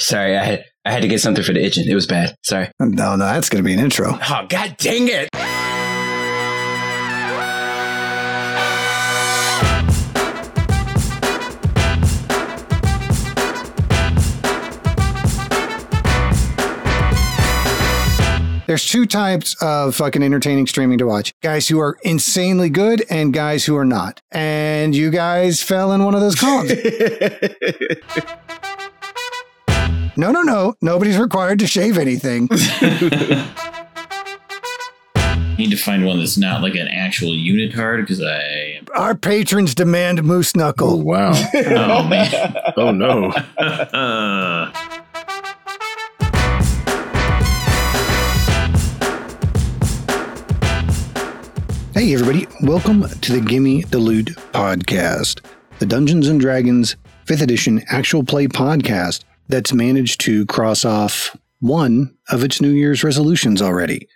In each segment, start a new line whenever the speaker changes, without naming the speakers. Sorry, I had I had to get something for the itching. It was bad. Sorry.
No, no, that's going to be an intro.
Oh god dang it!
There's two types of fucking entertaining streaming to watch guys who are insanely good and guys who are not. And you guys fell in one of those columns. no, no, no. Nobody's required to shave anything.
need to find one that's not like an actual unit card because I.
Our patrons demand moose
Oh,
knuckle.
wow.
Oh man.
Oh, no.
Uh,
Hey, everybody. Welcome to the Gimme the Loot podcast, the Dungeons and Dragons 5th edition actual play podcast that's managed to cross off one of its New Year's resolutions already.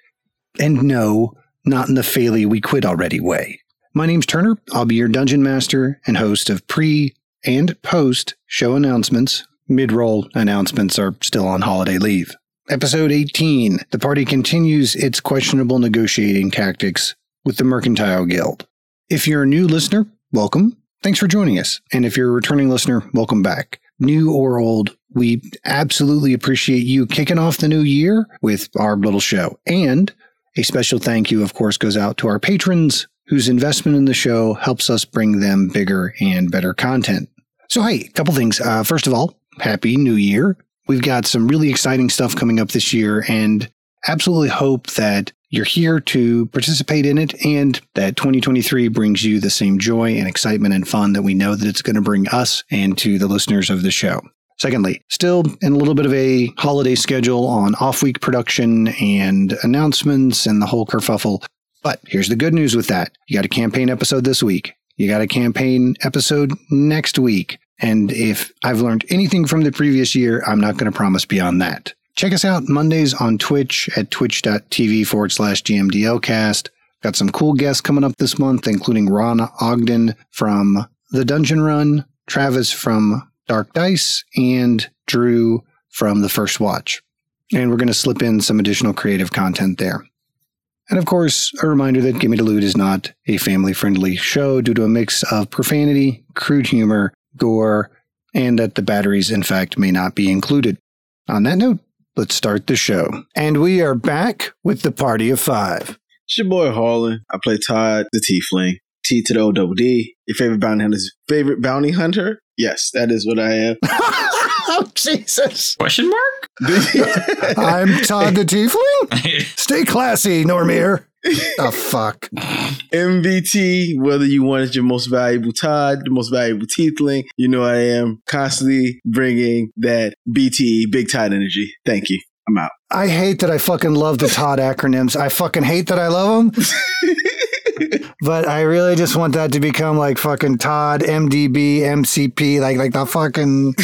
And no, not in the Faley we quit already way. My name's Turner. I'll be your dungeon master and host of pre and post show announcements. Mid roll announcements are still on holiday leave. Episode 18 The party continues its questionable negotiating tactics with the Mercantile Guild. If you're a new listener, welcome. Thanks for joining us. And if you're a returning listener, welcome back. New or old, we absolutely appreciate you kicking off the new year with our little show. And a special thank you, of course, goes out to our patrons whose investment in the show helps us bring them bigger and better content. So, hey, a couple things. Uh, first of all, Happy New Year. We've got some really exciting stuff coming up this year, and absolutely hope that you're here to participate in it and that 2023 brings you the same joy and excitement and fun that we know that it's going to bring us and to the listeners of the show. Secondly, still in a little bit of a holiday schedule on off week production and announcements and the whole kerfuffle. But here's the good news with that you got a campaign episode this week, you got a campaign episode next week. And if I've learned anything from the previous year, I'm not going to promise beyond that. Check us out Mondays on Twitch at twitch.tv forward slash GMDLcast. Got some cool guests coming up this month, including Ron Ogden from The Dungeon Run, Travis from Dark Dice, and Drew from The First Watch. And we're going to slip in some additional creative content there. And of course, a reminder that Gimme Delude is not a family friendly show due to a mix of profanity, crude humor, gore, and that the batteries, in fact, may not be included. On that note, Let's start the show. And we are back with the party of five.
It's your boy Harlan. I play Todd the Tiefling. T to the O double D. Your favorite bounty hunter's favorite bounty hunter? Yes, that is what I am.
oh, Jesus.
question mark?
I'm Todd the Tiefling. Stay classy, Normir. Oh, fuck.
MVT, whether you want it, your most valuable Todd, the most valuable Tiefling, you know I am constantly bringing that BTE, big Todd energy. Thank you. I'm out.
I hate that I fucking love the Todd acronyms. I fucking hate that I love them. but I really just want that to become like fucking Todd, MDB, MCP, like like the fucking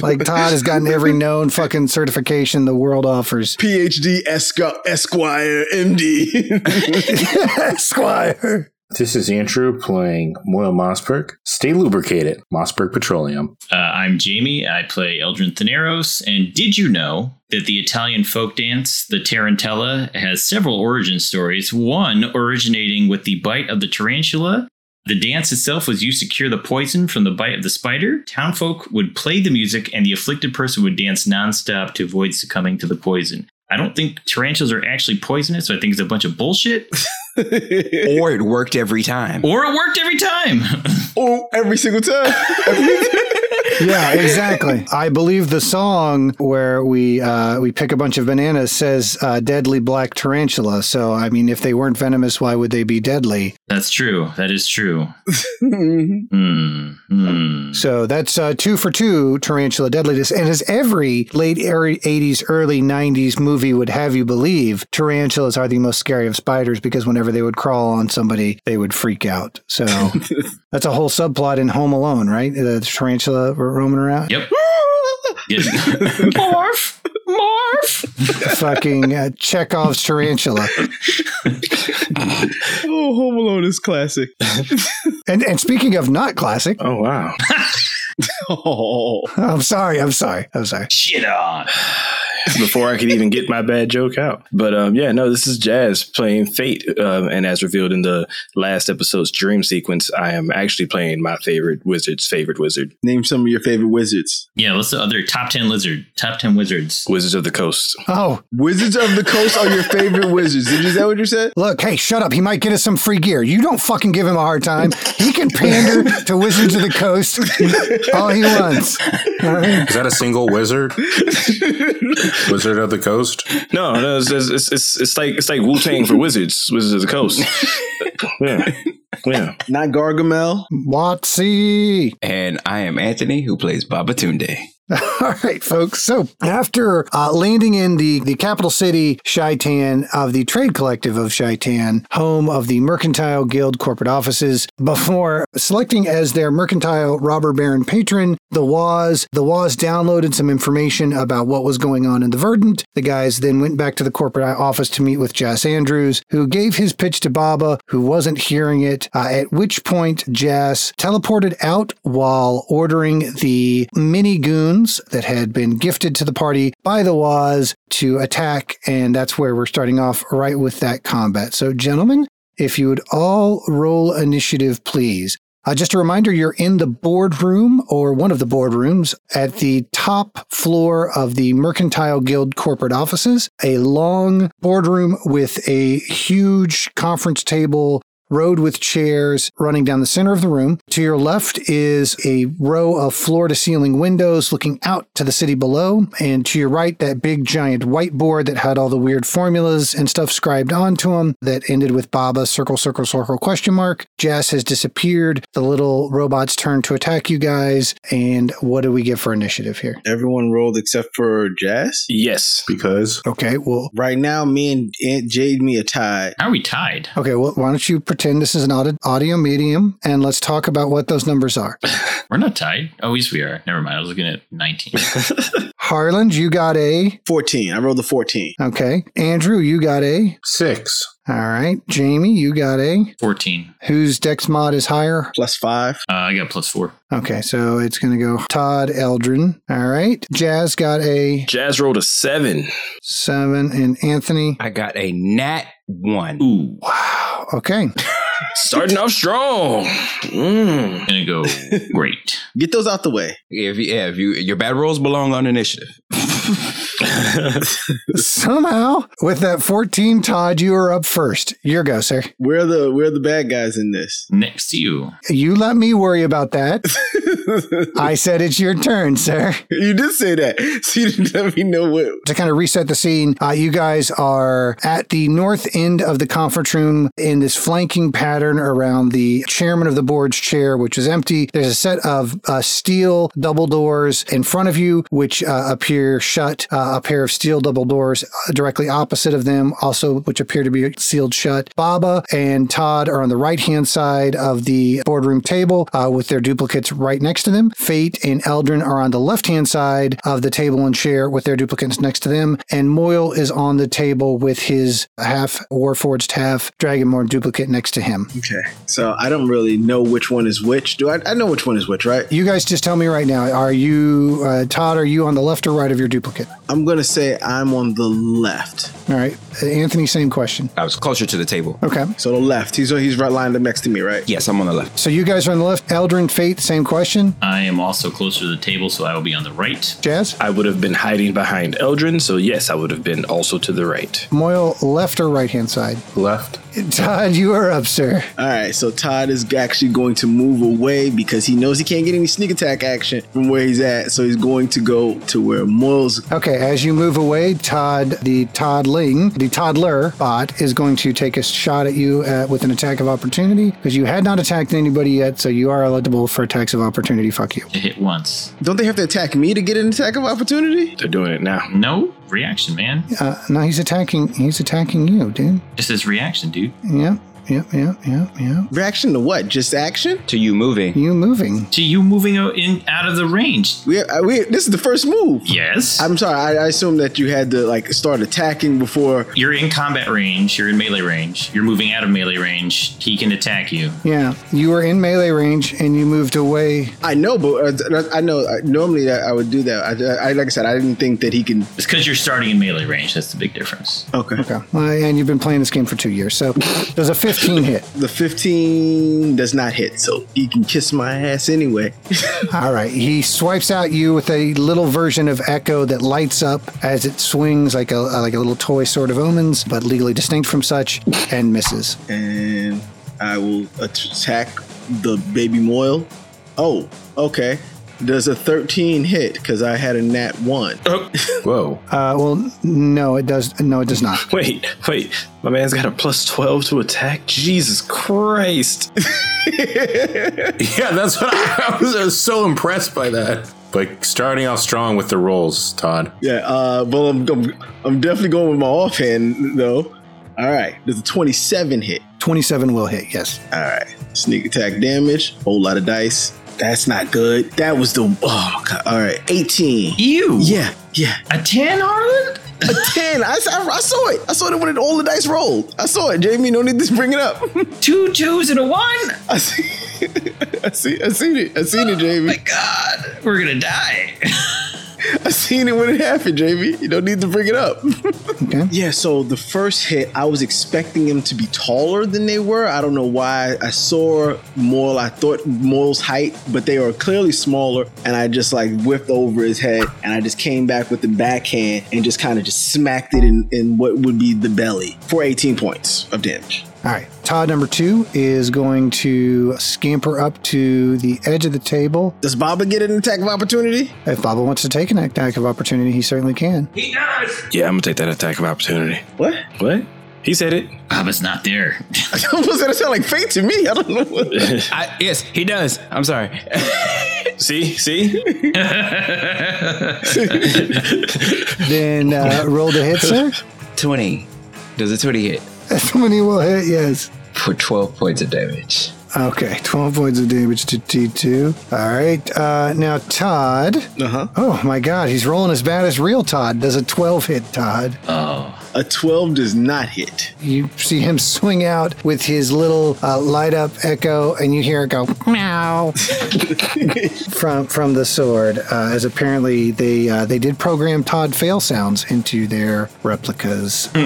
like Todd has gotten every known fucking certification the world offers.
PhD Esqu- Esquire MD.
Squire.
This is Andrew playing Moyle Mossberg. Stay lubricated. Mossberg Petroleum.
Uh, I'm Jamie. I play Eldrin Thaneros. And did you know that the Italian folk dance, the Tarantella, has several origin stories? One originating with the bite of the tarantula. The dance itself was used to cure the poison from the bite of the spider. Townfolk would play the music, and the afflicted person would dance nonstop to avoid succumbing to the poison. I don't think tarantulas are actually poisonous, so I think it's a bunch of bullshit.
Or it worked every time.
Or it worked every time.
oh, every single time.
yeah, exactly. I believe the song where we uh, we pick a bunch of bananas says uh, "deadly black tarantula." So, I mean, if they weren't venomous, why would they be deadly?
That's true. That is true.
Mhm.
Hmm. Hmm.
So that's uh, two for two tarantula deadliness, and as every late eighties, early nineties movie would have you believe, tarantulas are the most scary of spiders because whenever they would crawl on somebody, they would freak out. So that's a whole subplot in Home Alone, right? The tarantula roaming around.
Yep. Good. Morph. Morph.
fucking uh, Chekhov's tarantula.
oh, Home Alone is classic.
And and speaking of not classic, oh,
Oh, wow.
Oh,
I'm sorry. I'm sorry. I'm sorry.
Shit on.
before I could even get my bad joke out. But um, yeah, no, this is Jazz playing Fate, um, and as revealed in the last episode's dream sequence, I am actually playing my favorite wizard's favorite wizard,
name some of your favorite wizards.
Yeah, what's the other top ten lizard? Top ten wizards.
Wizards of the Coast.
Oh,
Wizards of the Coast are your favorite wizards. Did you- Is that what you said?
look. Hey, shut up. He might get us some free gear. You don't fucking give him a hard time. He can pander to Wizards of the Coast all he wants. All right?
Is that a single wizard? wizard of the coast?
No, no, it's it's, it's, it's, it's like it's like Wu Tang for wizards, Wizards of the Coast. yeah, yeah.
Not Gargamel.
Watsy.
And I am Anthony, who plays Babatunde.
All right, folks. So after uh, landing in the, the capital city, Shaitan, of the trade collective of Shaitan, home of the Mercantile Guild corporate offices, before selecting as their mercantile robber baron patron, the Waz, the Waz downloaded some information about what was going on in the Verdant. The guys then went back to the corporate office to meet with Jas Andrews, who gave his pitch to Baba, who wasn't hearing it, uh, at which point Jas teleported out while ordering the mini goons that had been gifted to the party by the Waz to attack. And that's where we're starting off right with that combat. So, gentlemen, if you would all roll initiative, please. Uh, just a reminder, you're in the boardroom or one of the boardrooms at the top floor of the Mercantile Guild corporate offices, a long boardroom with a huge conference table road with chairs running down the center of the room. To your left is a row of floor to ceiling windows looking out to the city below. And to your right, that big giant whiteboard that had all the weird formulas and stuff scribed onto them that ended with Baba circle, circle, circle question mark. Jazz has disappeared. The little robots turn to attack you guys. And what do we get for initiative here?
Everyone rolled except for Jazz.
Yes,
Because
Okay, well,
Right now, me and Aunt Jade me are tied.
How are we tied?
okay, well, why don't you pretend this is an audi- audio medium and let's talk about what those numbers are.
We're not tied. Oh, yes, we are. Never mind. I was looking at nineteen.
Harland, you got a
14. I rolled a 14.
Okay. Andrew, you got a.
six.
All right. Jamie, you got a.
Fourteen.
Whose dex mod is higher?
Plus five.
Uh, I got plus four.
Okay, so it's going to go Todd Eldrin. All right. Jazz got a
Jazz rolled a seven.
seven, and Anthony.
I got a nat one.
Ooh.
Wow. Okay.
Starting off strong. Mm.
Gonna go great.
Get those out the way.
If you, yeah, if you your bad rolls belong on initiative.
Somehow, with that 14, Todd, you are up first. Your go, sir.
Where are the where are the bad guys in this?
Next to you.
You let me worry about that. I said it's your turn, sir.
you did say that. So you didn't let me know what
to kind of reset the scene, uh, you guys are at the north end of the conference room in this flanking pattern around the chairman of the board's chair, which is empty. There's a set of uh, steel double doors in front of you, which uh, appear shut. Uh, a pair of steel double doors uh, directly opposite of them, also which appear to be sealed shut. Baba and Todd are on the right hand side of the boardroom table uh, with their duplicates right next to them. Fate and Eldrin are on the left hand side of the table and chair with their duplicates next to them. And Moyle is on the table with his half Warforged, half Dragonborn duplicate next to him.
Okay. So I don't really know which one is which. Do I I know which one is which, right?
You guys just tell me right now are you, uh, Todd, are you on the left or right of your duplicate?
I'm gonna say I'm on the left.
All right. Uh, Anthony, same question.
I was closer to the table.
Okay.
So the left. He's he's right lined up next to me, right?
Yes, I'm on the left.
So you guys are on the left. Eldrin, Fate, same question.
I am also closer to the table, so I will be on the right.
Jazz?
I would have been hiding behind Eldrin, so yes, I would have been also to the right.
Moyle, left or right hand side?
Left.
Todd, you are up, sir.
All right. So Todd is actually going to move away because he knows he can't get any sneak attack action from where he's at. So he's going to go to where Moyle's.
Okay, as you move away, Todd, the Toddling, the Toddler bot is going to take a shot at you uh, with an attack of opportunity because you had not attacked anybody yet, so you are eligible for attacks of opportunity. Fuck you.
To hit once.
Don't they have to attack me to get an attack of opportunity?
They're doing it now.
No reaction, man.
Uh, no, he's attacking. He's attacking you, dude.
Just his reaction, dude.
Yeah. yep, yep, yep, yep.
Reaction to what? Just action?
To you moving.
You moving.
To you moving out, in, out of the range.
We, I- we this is the first move.
Yes.
I'm sorry. I, I assume that you had to like start attacking before.
you're in combat range. You're in melee range. You're moving out of melee range. He can attack you.
Yeah, you were in melee range and you moved away.
I know, but uh, I know uh, normally I I would do that. I, I like I said, I didn't think that he can.
It's because you're starting in melee range. That's the big difference.
Okay.
Okay, uh, and you've been playing this game for two years, so does a 15 hit?
The 15 does not hit, so he can kiss my ass anyway.
All right, he swipes at you with a little version of Echo that lights up as it swings like a like a little toy sword of omens, but legally distinct from such, and misses.
and I will attack the baby Moyle. Oh, okay. Does a 13 hit? Because I had a nat one.
Whoa.
Uh, well, no, it does. No, it does not.
Wait, wait. My man's got a plus 12 to attack? Jesus Christ.
Yeah, that's what I, I, was, I was so impressed by that. Like starting off strong with the rolls, Todd.
Yeah, uh, well, I'm, I'm, I'm definitely going with my offhand, though. All right. Does a 27 hit?
27 will hit, yes.
All right. Sneak attack damage. Whole lot of dice. That's not good. That was the. Oh, my God. All right. 18.
You.
Yeah, yeah.
A ten, Harlan.
A 10. I, s- I- I saw it. I saw it when it, all the dice rolled. I saw it, Jamie. No need to bring it up.
Two twos and a one.
I see. I see. I seen it. I seen it,
My
Jamie.
God, we're gonna die.
I seen it when it happened, Jamie. You don't need to bring it up.
Okay.
yeah. So the first hit, I was expecting them to be taller than they were. I don't know why. I saw Moyle. I thought Moyle's height, but they were clearly smaller. And I just like whipped over his head, and I just came back with the backhand and just kind of just smacked it in, in what would be the belly for 18 points of damage.
All right. Todd number two is going to scamper up to the edge of the table.
Does Baba get an attack of opportunity?
If Baba wants to take an attack of opportunity, he certainly can.
Yeah, I'm gonna take that attack of opportunity.
What?
What? He said it.
Baba's not there.
was that sound like fate to me? I don't know. What.
I, yes, he does. I'm sorry.
See? See?
Then uh, roll the hit, sir.
20. Does a 20 hit?
That's when he will hit, yes.
For 12 points of damage.
Okay. 12 points of damage to T2. All right. Uh, now, Todd.
Uh huh.
Oh, my God. He's rolling as bad as real Todd. Does a 12 hit, Todd?
oh,
A 12 does not hit.
You see him swing out with his little uh, light up echo, and you hear it go meow from from the sword. Uh, as apparently they uh, they did program Todd fail sounds into their replicas.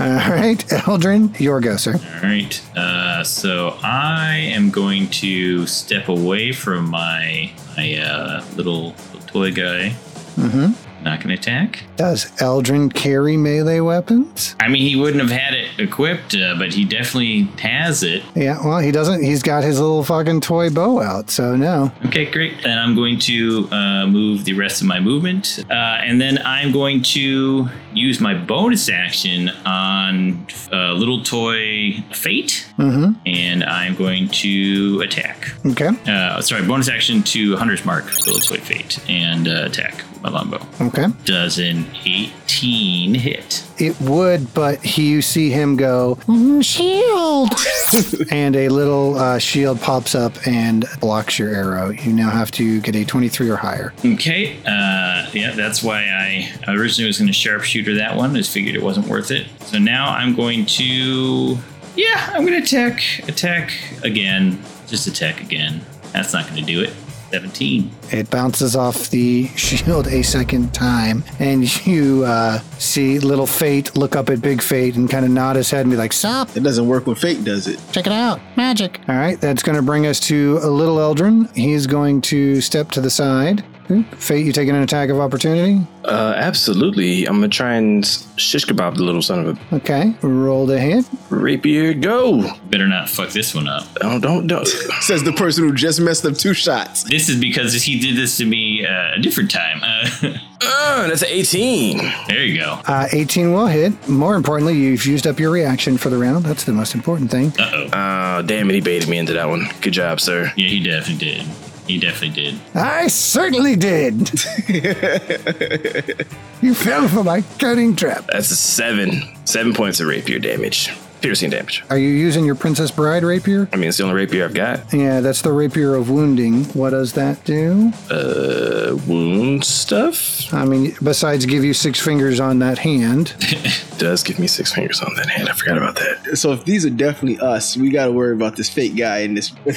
All right, Eldrin, your go, sir.
all right. Uh, so I am going to step away from my my uh, little, little toy guy.
Mhm.
Not gonna attack.
Does Eldrin carry melee weapons?
I mean, he wouldn't have had it equipped, uh, but he definitely has it.
Yeah, well, he doesn't. He's got his little fucking toy bow out, so no.
Okay, great. And I'm going to uh, move the rest of my movement. Uh, and then I'm going to use my bonus action on uh, Little Toy Fate.
Mm-hmm.
And I'm going to attack.
Okay.
Uh, sorry, bonus action to Hunter's Mark, Little Toy Fate, and uh, attack with my longbow.
Okay.
Does an 18 hit?
It would, but he, you see him go, "Mm, shield! and a little uh, shield pops up and blocks your arrow. You now have to get a 23 or higher.
Okay. Uh, yeah, that's why I I originally was going to sharpshooter that one. I just figured it wasn't worth it. So now I'm going to. Yeah, I'm going to attack. Attack again. Just attack again. That's not going to do it. 17.
It bounces off the shield a second time, and you uh, see little Fate look up at Big Fate and kind of nod his head and be like, Stop,
It doesn't work when fate does it.
check it out, magic. All right, that's going to bring us to a little Eldrin. He's going to step to the side. Oop, Fate, you taking an attack of opportunity?
Uh, absolutely. I'm gonna try and shish kebab the little son of a
Okay, roll the hit.
rapier. Go!
Better not fuck this one up.
Don't, don't, don't.
Says the person who just messed up two shots.
This is because he did this to me uh, a different time. Uh,
Uh, that's an 18.
there you go.
Uh, 18 will hit. More importantly, you've used up your reaction for the round. That's the most important thing.
Uh oh.
Uh, damn it, he baited me into that one. Good job, sir.
Yeah, he definitely did. He definitely did.
I certainly did. you fell for my cunning trap.
That's a seven. Seven points of rapier damage. piercing damage.
Are you using your Princess Bride rapier?
I mean, it's the only rapier I've got.
Yeah, that's the rapier of wounding. What does that do?
Uh, wound stuff
I mean, besides give you six fingers on that hand.
does give me six fingers on that hand. I forgot about that.
So if these are definitely us, we got to worry about this fake guy in this.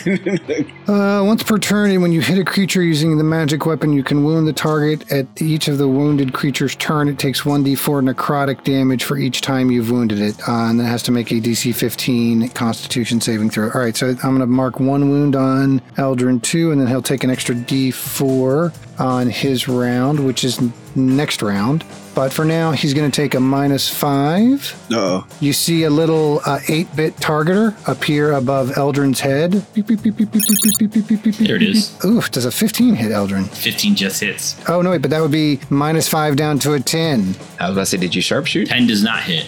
Uh, once per turn, and when you hit a creature using the magic weapon, you can wound the target at each of the wounded creature's turn. It takes 1d4 necrotic damage for each time you've wounded it, uh, and then it has to make a DC 15 Constitution saving throw. All right, so I'm going to mark one wound on Eldrin 2, and then he'll take an extra d4 on his round, which is n- next round. But for now, he's going to take a minus 5.
No,
You see a little uh, 8-bit targeter appear above Eldrin's head. Beep, beep, beep, beep, beep, beep, beep, beep, beep, beep,
There it
beep,
is.
beep. Ooh, does a 15 hit Eldrin?
15 just hits.
Oh, no, wait, but that would be minus 5 down to a 10.
I was about to say, did you sharpshoot?
10 does not hit.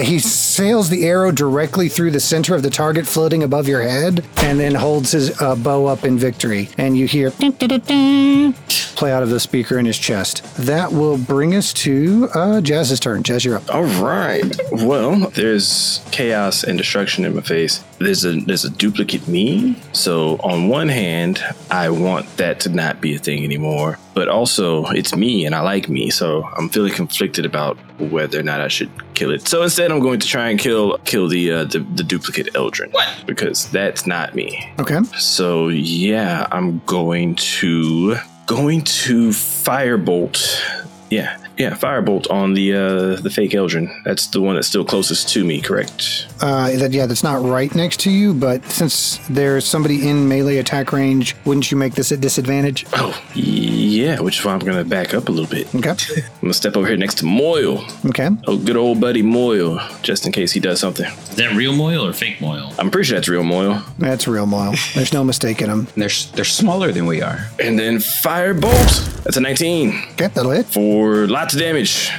He sails the arrow directly through the center of the target floating above your head and then holds his uh, bow up in victory. And you hear "Dun, dun, dun, dun," play out of the speaker in his chest. That will bring us to uh, Jazz's turn. Jazz, you're up.
All right. Well, there's chaos and destruction in my face. There's a there's a duplicate me. So on one hand, I want that to not be a thing anymore, but also it's me and I like me. So I'm feeling conflicted about whether or not I should kill it. So instead, I'm going to try and kill kill the uh, the, the duplicate Eldrin because that's not me.
Okay.
So yeah, I'm going to going to firebolt. Yeah, yeah, firebolt on the uh, the fake Eldrin. That's the one that's still closest to me, correct?
Uh, that yeah, that's not right next to you, but since there's somebody in melee attack range, wouldn't you make this at disadvantage?
Oh, yeah. Which is why I'm gonna back up a little bit. I'm
Okay.
gonna step over here next to Moyle.
Okay.
Oh, good old buddy Moyle, just in case he does something.
Is that real Moyle or fake Moyle?
I'm pretty sure that's real Moyle.
That's real Moyle. There's no mistaking him.
They're they're smaller than we are.
And then firebolt. That's a 19
Okay, that'll hit.
for lots of damage.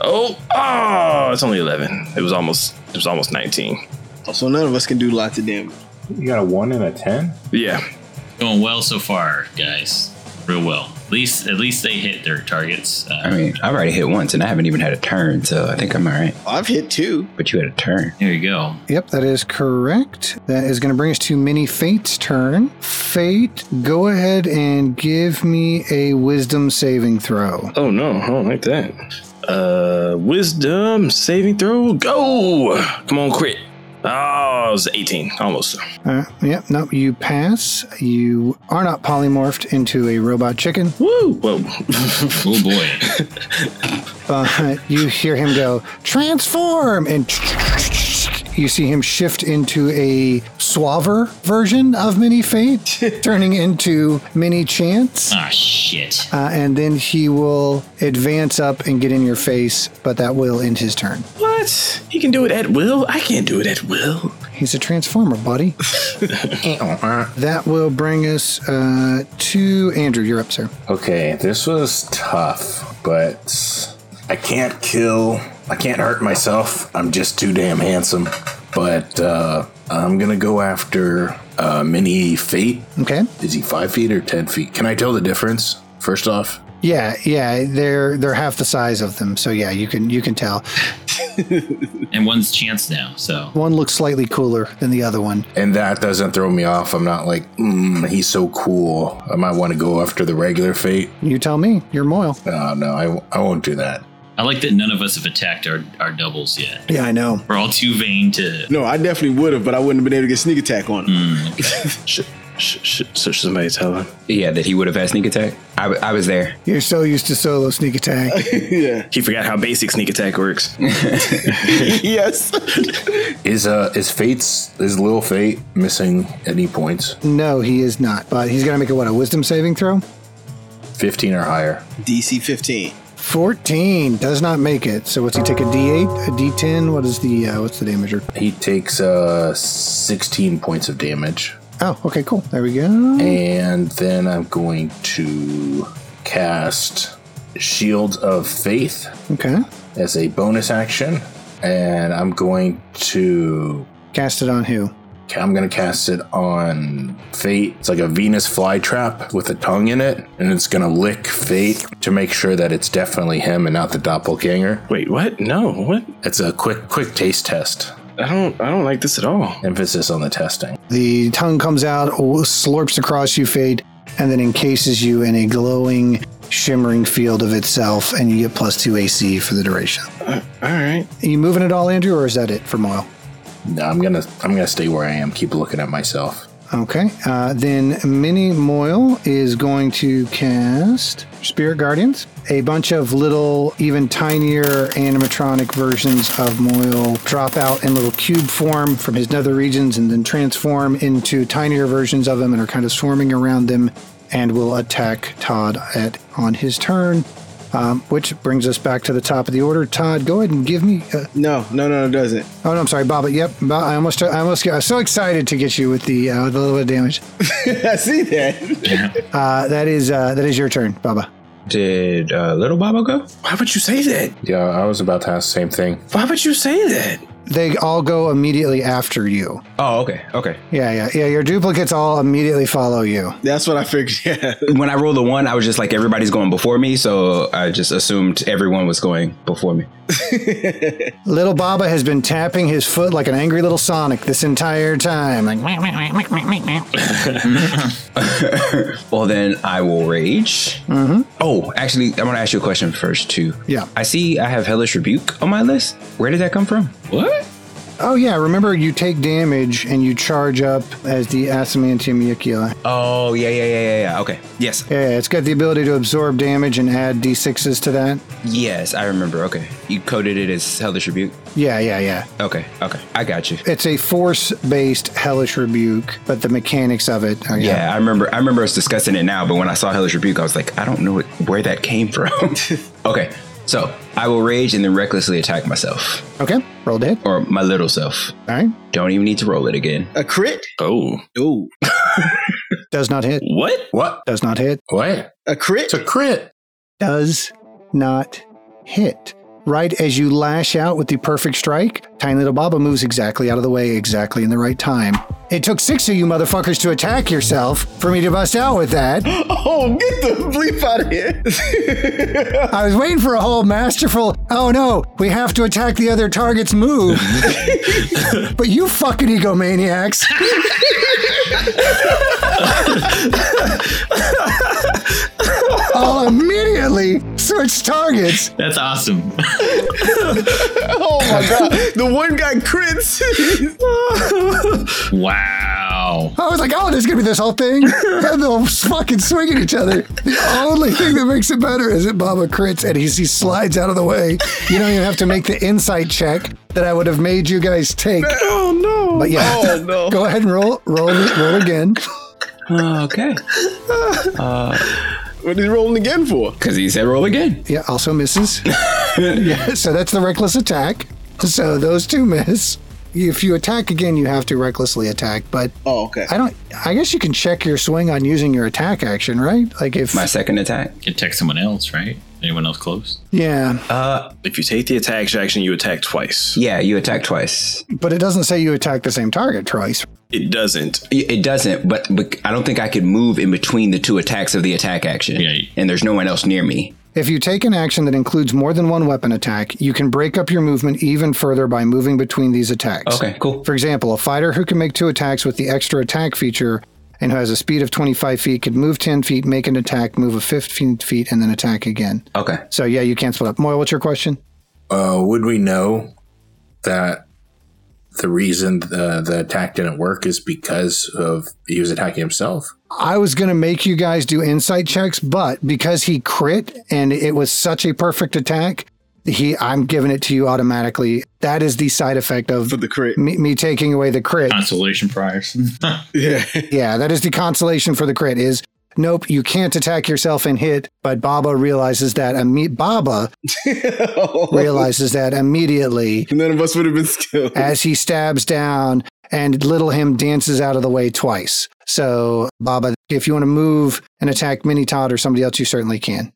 Oh, oh, it's only 11. It was almost it was almost 19.
so none of us can do lots of damage.
You got a one and a ten.
Yeah.
Going well so far, guys. Real well. At least, at least they hit their targets. Uh,
I mean, I've already hit once and I haven't even had a turn, so I think I'm all right.
I've hit two.
But you had a turn.
There you go.
Yep, that is correct. That is going to bring us to Mini Fate's turn. Fate, go ahead and give me a wisdom saving throw.
Oh no, I don't like that. Uh wisdom saving throw. Go! Come on, crit. Oh, it was 18. Almost.
Uh, yep, no, you pass. You are not polymorphed into a robot chicken,
Woo! Whoa.
Oh boy.
but you hear him go, transform! And you see him shift into a suaver version of Mini Fate, turning into Mini Chance.
ah, shit.
Uh, and then he will advance up and get in your face, but that will end his turn.
what? He can do it at will? I can't do it at will.
He's a transformer, buddy.
Uh-huh.
that will bring us uh, to Andrew. You're up, sir.
Okay, this was tough, but I can't kill. I can't hurt myself. I'm just too damn handsome. But uh, I'm gonna go after uh, Mini Fate.
Okay.
Is he five feet or ten feet? Can I tell the difference? First off,
Yeah, yeah. They're they're half the size of them, so yeah, you can you can tell.
And one's chance now, so.
One looks slightly cooler than the other one.
and that doesn't throw me off. I'm not like, mm, he's so cool. I might want to go after the regular Fate.
You tell me. You're Moyle.
No, no, I, I won't do that.
I like that none of us have attacked our, our doubles yet.
Yeah, I know.
We're all too vain to.
No, I definitely would have, but I wouldn't have been able to get sneak attack on him.
Should, should, should, should somebody tell him?
Yeah, that he would have had sneak attack. I, w- I was there.
You're so used to solo sneak attack.
yeah.
He forgot how basic sneak attack works.
yes.
Is uh is Fate's is Lil Fate missing any points?
no, he is not. But he's gonna make a what a wisdom saving throw.
Fifteen or higher.
DC 15.
14 does not make it. So what's he take a D8, a D10? What is the uh, what's the damager?
He takes uh sixteen points of damage.
Oh, okay, cool. There we go.
And then I'm going to cast Shield of Faith
Okay,
as a bonus action. And I'm going to
cast it on who?
I'm gonna cast it on Fate. It's like a Venus flytrap with a tongue in it, and it's gonna lick Fate to make sure that it's definitely him and not the doppelganger.
Wait, what? No, what?
It's a quick quick taste test.
I don't. I don't like this at all.
Emphasis on the testing.
The tongue comes out, slurps across you, Fade, and then encases you in a glowing, shimmering field of itself, and you get plus two AC for the duration.
Uh, All right.
Are you moving at all, Andrew, or is that it for Moyle?
No, I'm gonna I'm gonna stay where I am. Keep looking at myself.
Okay. Uh, then Minnie Moyle is going to cast Spirit Guardians. A bunch of little, even tinier animatronic versions of Moyle drop out in little cube form from his nether regions and then transform into tinier versions of him and are kind of swarming around them and will attack Todd at on his turn. Um, which brings us back to the top of the order. Todd, go ahead and give me. Uh,
No, no, no, it doesn't.
oh no, I'm sorry, Bobbit. Yep, Bo- I almost, I almost, got, I was so excited to get you with the uh, the little bit of damage.
I see that.
Uh, that is uh, that is your turn, Baba.
Did uh, little Bobo go?
Why would you say that?
Yeah, I was about to ask the same thing.
Why would you say that?
They all go immediately after you.
Oh, okay, okay.
Yeah, yeah, yeah. Your duplicates all immediately follow you.
That's what I figured. Yeah.
When I rolled the one, I was just like everybody's going before me, so I just assumed everyone was going before me.
Little Baba has been tapping his foot like an angry little Sonic this entire time. Like, "Meow."
Well, then I will rage. Mm-hmm. Oh, actually, I want to ask you a question first too.
Yeah.
I see I have Hellish Rebuke on my list. Where did that come from?
What?
oh yeah, remember you take damage and you charge up as the Asamantium Yukila.
Oh, yeah, yeah, yeah, yeah, yeah. Okay. Yes,
Yeah, it's got the ability to absorb damage and add d6s to that.
yes, I remember. Okay, you coded it as Hellish Rebuke.
Yeah, yeah, yeah.
Okay, okay, I got you.
It's a force-based hellish rebuke, but the mechanics of it. Are,
Yeah, I remember. I remember us discussing it now, but when I saw Hellish Rebuke, I was like, I don't know where that came from. okay, so I will rage and then recklessly attack myself
Okay. Roll to hit.
or my little self.
All right.
Don't even need to roll it again.
A crit?
Oh,
Uh, Ooh.
Does not hit.
what?
What?
Does not hit.
What?
A crit?
It's a crit.
does not hit. Right as you lash out with the perfect strike, Tiny Little Baba moves exactly out of the way, exactly in the right time. It took six of you motherfuckers to attack yourself for me to bust out with that.
Oh, get the bleep out of here.
I was waiting for a whole masterful, oh no, we have to attack the other target's move. but you fucking egomaniacs. All immediately switch targets.
That's awesome.
oh my god. The one guy crits.
wow.
I was like, oh, there's gonna be this whole thing. and they'll fucking swing at each other. The only thing that makes it better is that Baba crits and he, he slides out of the way. You don't even have to make the insight check that I would have made you guys take.
Oh no!
But yeah,
oh no.
go ahead and roll, roll, roll again.
Okay,
What is he rolling again for?
because he said roll again.
Yeah, also misses. yeah, so that's the reckless attack. So those two miss. If you attack again, you have to recklessly attack. But
Oh, okay.
I don't. I guess you can check your swing on using your attack action, right? Like if
My second attack.
Can text someone else, right? Anyone else close?
yeah,
If you take the attack action, you attack twice.
Yeah, you attack twice.
but it doesn't say you attack the same target twice,
It doesn't.
Y- It doesn't, but, but I don't think I could move in between the two attacks of the attack action.
Yeah.
And there's no one else near me.
If you take an action that includes more than one weapon attack, you can break up your movement even further by moving between these attacks.
Okay, cool.
For example, a fighter who can make two attacks with the extra attack feature and who has a speed of 25 feet could move 10 feet, make an attack, move a 15 feet, and then attack again.
Okay.
So, yeah, you can split up. Moyle, what's your question?
Uh, would we know that the reason the, the attack didn't work is because of he was attacking himself?
I was going to make you guys do insight checks, but because he crit and it was such a perfect attack, he I'm giving it to you automatically. That is the side effect of
For the crit.
me, me taking away the crit.
Consolation prize.
Yeah.
Yeah, that is the consolation for the crit is nope, you can't attack yourself and hit, but Baba realizes that imme- Baba Oh. realizes that immediately
None of us would have been skilled.
as he stabs down and little him dances out of the way twice. So, Baba, if you want to move and attack Mini Todd or somebody else, you certainly can.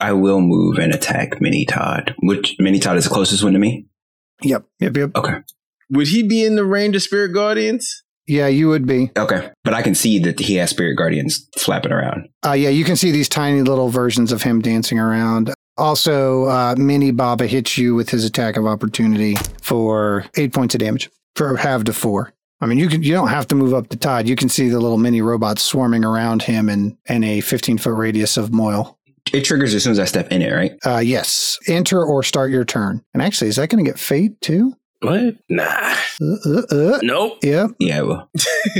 I will move and attack Mini Todd. Which Mini Todd is the closest one to me?
Yep. Yep, yep.
Okay.
Would he be in the range of Spirit Guardians?
Yeah, you would be.
Okay. But I can see that he has spirit guardians flapping around.
Uh, yeah, you can see these tiny little versions of him dancing around. Also, uh, Mini Baba hits you with his attack of opportunity for eight points of damage for half to four. I mean, you can you don't have to move up to Todd. You can see the little mini robots swarming around him in, in a 15 foot radius of Moyle.
It triggers as soon as I step in it, right?
Uh, yes, enter or start your turn. And actually, is that going to get fate too?
What? Nah.
Uh, uh, uh.
Nope.
Yep,
Yeah, I will.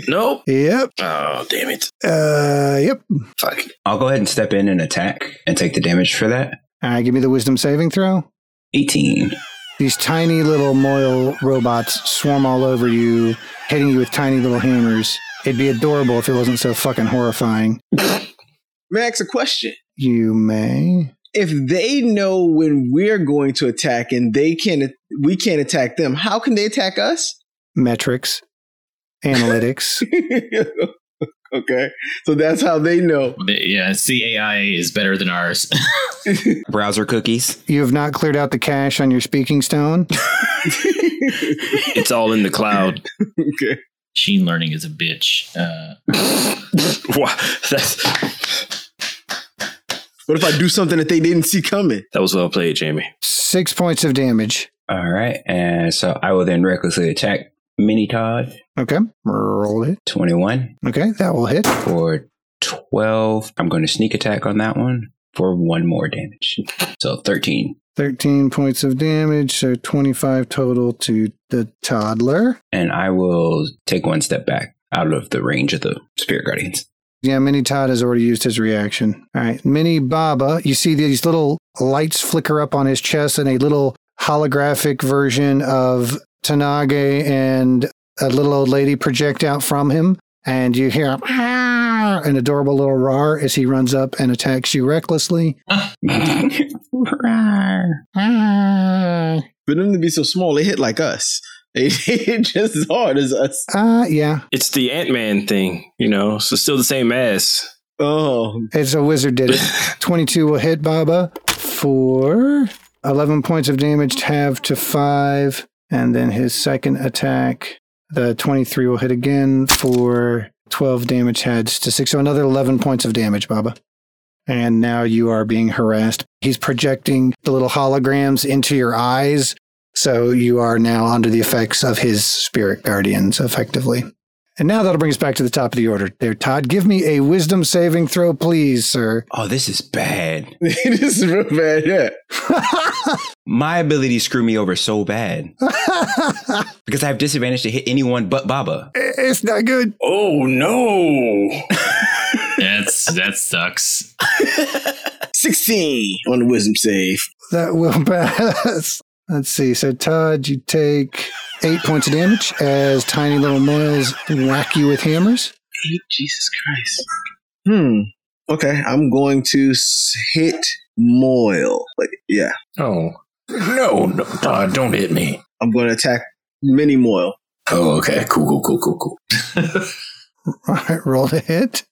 nope.
yep,
Oh, damn it.
uh, yep.
Fuck.
I'll go ahead and step in and attack and take the damage for that.
Uh, give me the wisdom saving throw.
18.
These tiny little Moyle robots swarm all over you, hitting you with tiny little hammers. It'd be adorable if it wasn't so fucking horrifying.
Max, a question.
You may.
If they know when we're going to attack and they can we can't attack them, how can they attack us?
Metrics, analytics.
okay. So that's how they know.
But yeah, CAI is better than ours.
Browser cookies.
you have not cleared out the cache on your speaking stone.
It's all in the cloud.
okay.
Machine learning is a bitch. Uh,
wow. That's,
What if I do something that they didn't see coming?
that was well played, Jamie.
Six points of damage.
All right. And so I will then recklessly attack Mini Todd
Okay. Roll it.
21
Okay, that will hit.
for 12. I'm going to sneak attack on that one for one more damage. So 13.
13 points of damage, so 25 total to the toddler.
And I will take one step back out of the range of the Spirit Guardians.
Yeah, Mini Todd has already used his reaction. All right, Mini Baba, you see these little lights flicker up on his chest and a little holographic version of Tanage and a little old lady project out from him. And you hear "Ah," an adorable little roar as he runs up and attacks you recklessly. Ah,
For them to be so small, they hit like us. They hit just as hard as us.
uh, yeah,
It's the Ant Man thing, you know? So still the same ass.
Oh,
It's a wizard did it. 22 will hit Baba for 11 points of damage, half to 5. And then his second attack, the 23 will hit again for 12 damage heads to 6. So another 11 points of damage, Baba. And now you are being harassed. He's projecting the little holograms into your eyes. So you are now under the effects of his spirit guardians, effectively. And now that'll bring us back to the top of the order. There, Todd, give me a wisdom saving throw, please, sir.
Oh, this is bad.
this is real bad. Yeah.
My ability screwed me over so bad because I have disadvantage to hit anyone but Baba.
it's not good.
Oh, no.
that's that sucks.
16 on the wisdom save.
That will pass. Let's see. So, Todd, you take eight points of damage as tiny little moils whack you with hammers.
Eight, Jesus Christ. Hmm. Okay, I'm going to s- hit Moyle. Like, yeah,
Oh. No, no, Todd, don't hit me.
I'm going to attack Mini Moyle.
Oh, okay. Cool, cool, cool, cool, cool.
All right, roll to hit.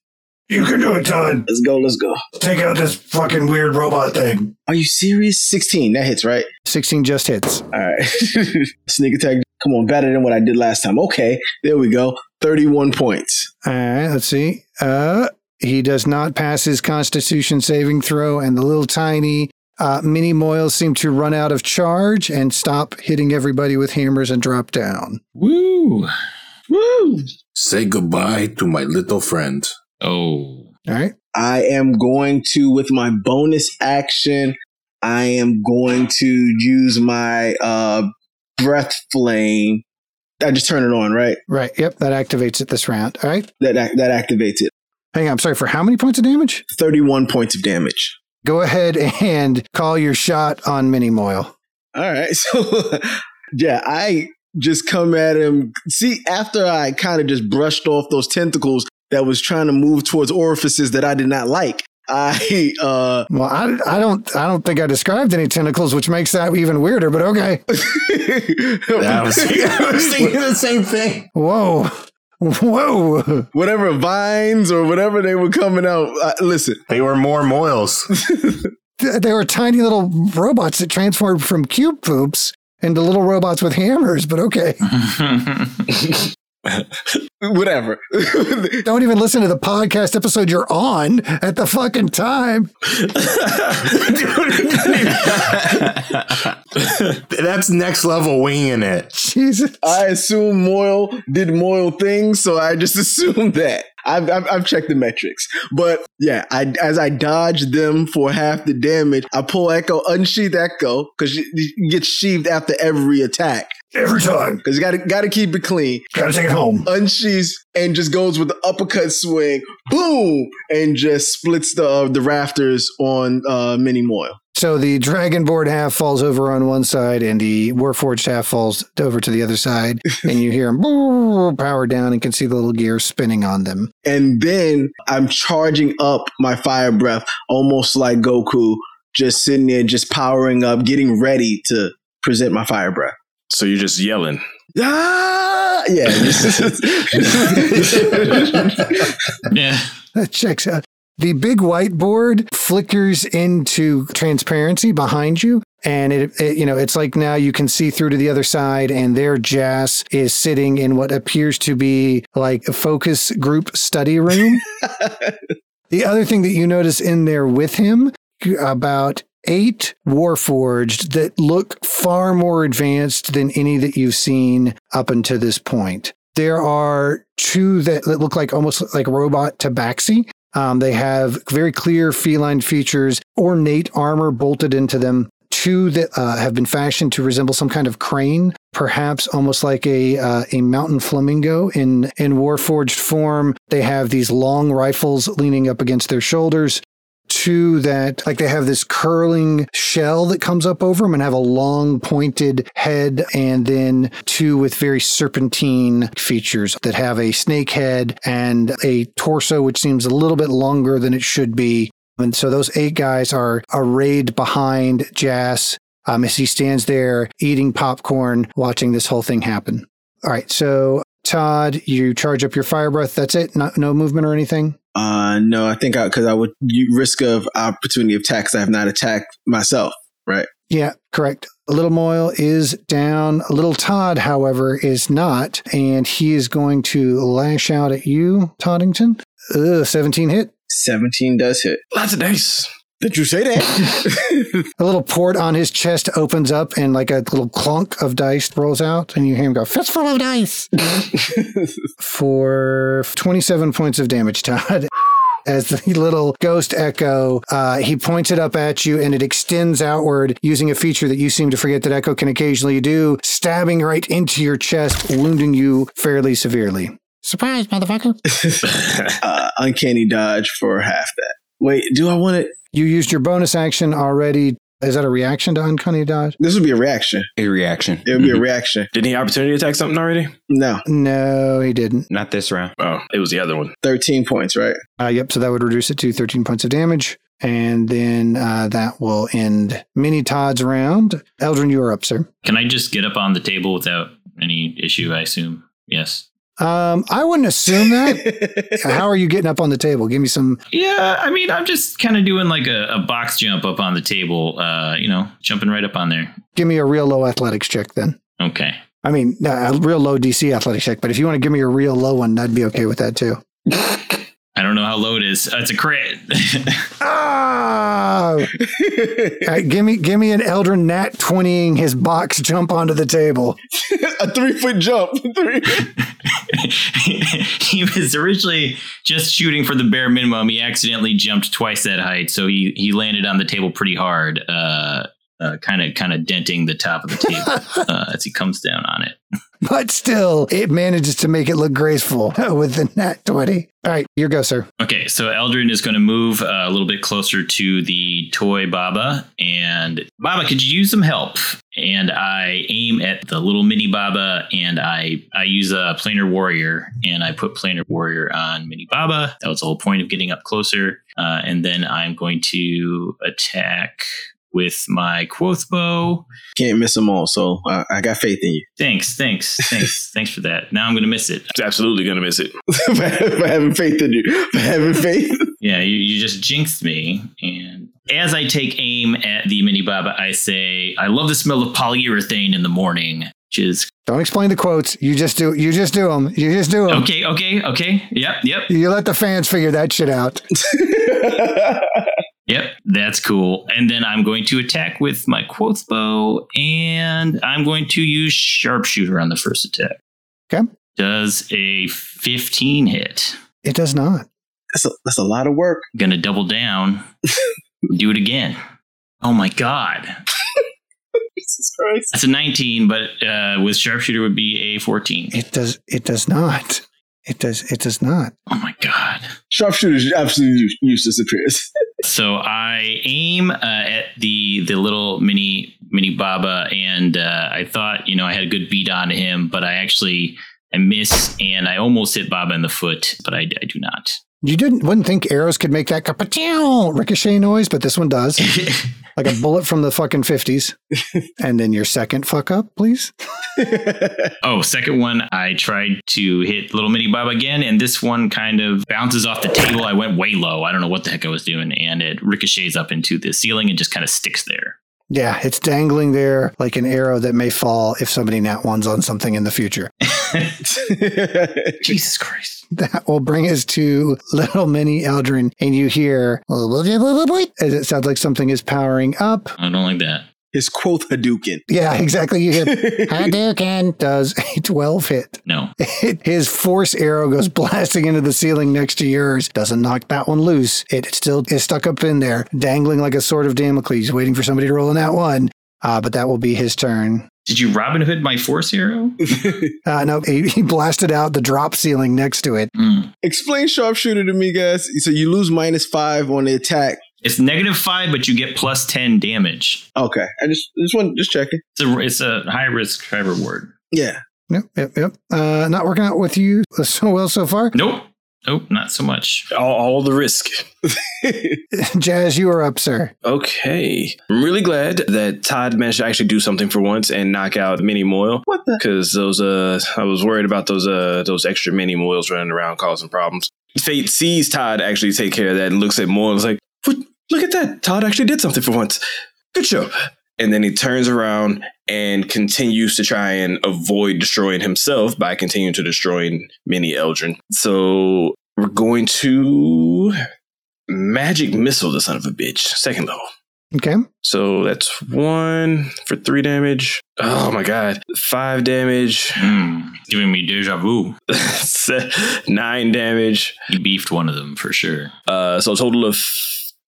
You can do it, Todd.
Let's go, let's go.
Take out this fucking weird robot thing.
Are you serious? 16, that hits, right?
16 just hits.
All right. Sneak attack. Come on, better than what I did last time. Okay, there we go. 31 points.
All right, let's see. Uh, he does not pass his constitution saving throw, and the little tiny uh, mini moils seem to run out of charge and stop hitting everybody with hammers and drop down.
Woo!
Woo!
Say goodbye to my little friend.
Oh,
All right.
I am going to, with my bonus action, I am going to use my uh, breath flame. I just turn it on, right?
Right. Yep. That activates it this round. All right.
That that, that activates it.
Hang on. I'm sorry. For how many points of damage?
31 points of damage.
Go ahead and call your shot on Mini Moyle.
All right. So yeah, I just come at him. See, after I kind of just brushed off those tentacles that was trying to move towards orifices that I did not like, I uh
Well, I, I don't I don't think I described any tentacles, which makes that even weirder. But okay.
I was, I was thinking the same thing.
Whoa. Whoa.
whatever vines or whatever they were coming out. I, listen,
They were more moils.
Th- They were tiny little robots that transformed from cube poops into little robots with hammers. But okay.
Whatever.
Don't even listen to the podcast episode you're on at the fucking time.
That's next level winging it.
Jesus.
I assume Moyle did Moyle things, so I just assumed that. I've, I've, I've checked the metrics. But yeah, I, as I dodge them for half the damage, I pull Echo, unsheath Echo, because you, you get sheathed after every attack.
Every time.
Because you gotta, gotta keep it clean.
Gotta take it home.
Unsheaths and just goes with the uppercut swing, boom, and just splits the, uh, the rafters on uh, Mini Moyle.
So the dragon board half falls over on one side, and the warforged half falls over to the other side, and you hear them power down and can see the little gears spinning on them.
And then I'm charging up my fire breath, almost like Goku, just sitting there, just powering up, getting ready to present my fire breath.
So you're just yelling.
Ah, yeah.
Yeah.
That checks out. The big white board flickers into transparency behind you. And it, it, you know, it's like now you can see through to the other side, and their Jas is sitting in what appears to be like a focus group study room. the other thing that you notice in there with him about eight Warforged that look far more advanced than any that you've seen up until this point. There are two that that look like almost like robot tabaxi. Um, they have very clear feline features, ornate armor bolted into them. Two that uh, have been fashioned to resemble some kind of crane, perhaps almost like a uh, a mountain flamingo in in warforged form. They have these long rifles leaning up against their shoulders two that like they have this curling shell that comes up over them and have a long pointed head and then two with very serpentine features that have a snake head and a torso which seems a little bit longer than it should be and so those eight guys are arrayed behind Jas um, as he stands there eating popcorn watching this whole thing happen all right so Todd, you charge up your fire breath. That's it. No, no movement or anything.
Uh, no, I think I because I would you risk of opportunity of tax. I have not attacked myself, right?
Yeah, correct. Little Moyle is down. Little Todd, however, is not, and he is going to lash out at you, Toddington. Ugh, 17 hit.
Seventeen does hit.
Lots of dice.
Did you say that?
A little port on his chest opens up, and like a little clunk of dice rolls out, and you hear him go, fistful of dice for 27 points of damage, Todd. As the little ghost echo, uh, he points it up at you and it extends outward using a feature that you seem to forget that echo can occasionally do, stabbing right into your chest, wounding you fairly severely. Surprise, motherfucker.
uh, uncanny dodge for half that. Wait, do I want it?
You used your bonus action already. Is that a reaction to Uncanny Dodge?
This would be a reaction.
A reaction.
It would be a reaction.
Didn't he opportunity attack something already?
No,
No, he didn't.
Mm-hmm. Not this round.
Oh, it was the other one.
thirteen points, right?
Uh, yep, so that would reduce it to 13 points of damage. And then uh, that will end Mini Todd's round. Eldrin, you are up, sir.
Can I just get up on the table without any issue, I assume? Yes.
Um, I wouldn't assume that. How are you getting up on the table? Give me some.
Yeah, I mean, I'm just kind of doing like a, a box jump up on the table, uh, you know, jumping right up on there.
Give me a real low athletics check then.
Okay.
I mean, no, a real low DC athletics check. But if you want to give me a real low one, I'd be okay with that too.
I don't know how low it is. Uh, it's a crit.
Ah! All right, Uh, give me, give me an Eldrin Nat twentying his box jump onto the table.
a three foot jump. Three.
he was originally just shooting for the bare minimum. He accidentally jumped twice that height, so he he landed on the table pretty hard, uh, uh, kind of kind of denting the top of the table uh, as he comes down on it.
but still, it manages to make it look graceful with the nat 20. All right, your go, sir.
Okay, so Eldrin is going to move uh, a little bit closer to the toy Baba, and Baba, could you use some help? And I aim at the little mini Baba, and I I use a planar warrior, and I put planar warrior on mini Baba. That was the whole point of getting up closer. Uh, and then I'm going to attack with my quoth bow.
Can't miss them all, so I, I got faith in you
Thanks, thanks, thanks, thanks for that. Now I'm going to miss it.
It's absolutely gonna miss it.
for, for having faith in you for having faith.
Yeah, you, you just jinxed me. And as I take aim at the mini Baba, I say, I love the smell of polyurethane in the morning. is
Don't explain the quotes. You just do. You just do them. You just do them.
okay, okay, okay. Yep, yep,
You let the fans figure that shit out.
yep. That's cool. And then I'm going to attack with my quoth bow, and I'm going to use sharpshooter on the first attack.
Okay.
Does a 15 hit?
It does not.
That's a, that's a lot of work.
Gonna double down. do it again. Oh my god.
Jesus Christ.
That's a 19, but uh, with sharpshooter would be a 14.
It does. It does not. It does. It does not.
Oh my god.
Sharpshooters are absolutely u- useless appears.
So I aim uh, at the the little mini mini Baba, and uh, I thought you know I had a good beat on him, but I actually I miss, and I almost hit Baba in the foot, but I, I do not.
You didn't. Wouldn't think arrows could make that kapachow ricochet noise, but this one does. Like a bullet from the fucking fifties. and then your second fuck up, please.
oh, second one, I tried to hit little mini Baba again, and this one kind of bounces off the table. I went way low. I don't know what the heck I was doing, and it ricochets up into the ceiling and just kind of sticks there.
Yeah, it's dangling there like an arrow that may fall if somebody nat ones on something in the future.
Jesus Christ!
That will bring us to little mini Eldrin, and you hear as it sounds like something is powering up.
I don't like that.
His quote Hadouken.
Yeah, exactly. You hear Hadouken does a twelve hit.
No.
His force arrow goes blasting into the ceiling next to yours. Doesn't knock that one loose. It still is stuck up in there, dangling like a sword of Damocles, waiting for somebody to roll on that one. Uh, but that will be his turn.
Did you Robin Hood my force arrow?
Uh, no, he, he blasted out the drop ceiling next to it.
Hmm.
Explain sharpshooter to me, guys. So you lose minus five on the attack.
It's negative five, but you get plus ten damage.
Okay, I just just want just checking.
It's a it's a high risk, high reward.
Yeah,
Yep, yep, yep. Uh, not working out with you so well so far.
Nope, nope, not so much.
All, all the risk.
Jazz, you are up, sir.
Okay. I'm really glad that Todd managed to actually do something for once and knock out Mini Moyle.
what the?
Because those uh I was worried about those uh those extra mini Moyles running around causing problems. Fate sees Todd actually take care of that and looks at Moyle and is like, what? look at that. Todd actually did something for once. Good show. And then he turns around and continues to try and avoid destroying himself by continuing to destroying Mini Eldrin. So we're going to magic missile the son of a bitch. Second level.
Okay.
So that's one for three damage. Oh my god. Five damage.
Hmm. Giving me deja vu.
Se- nine damage.
You beefed one of them for sure.
Uh, so a total of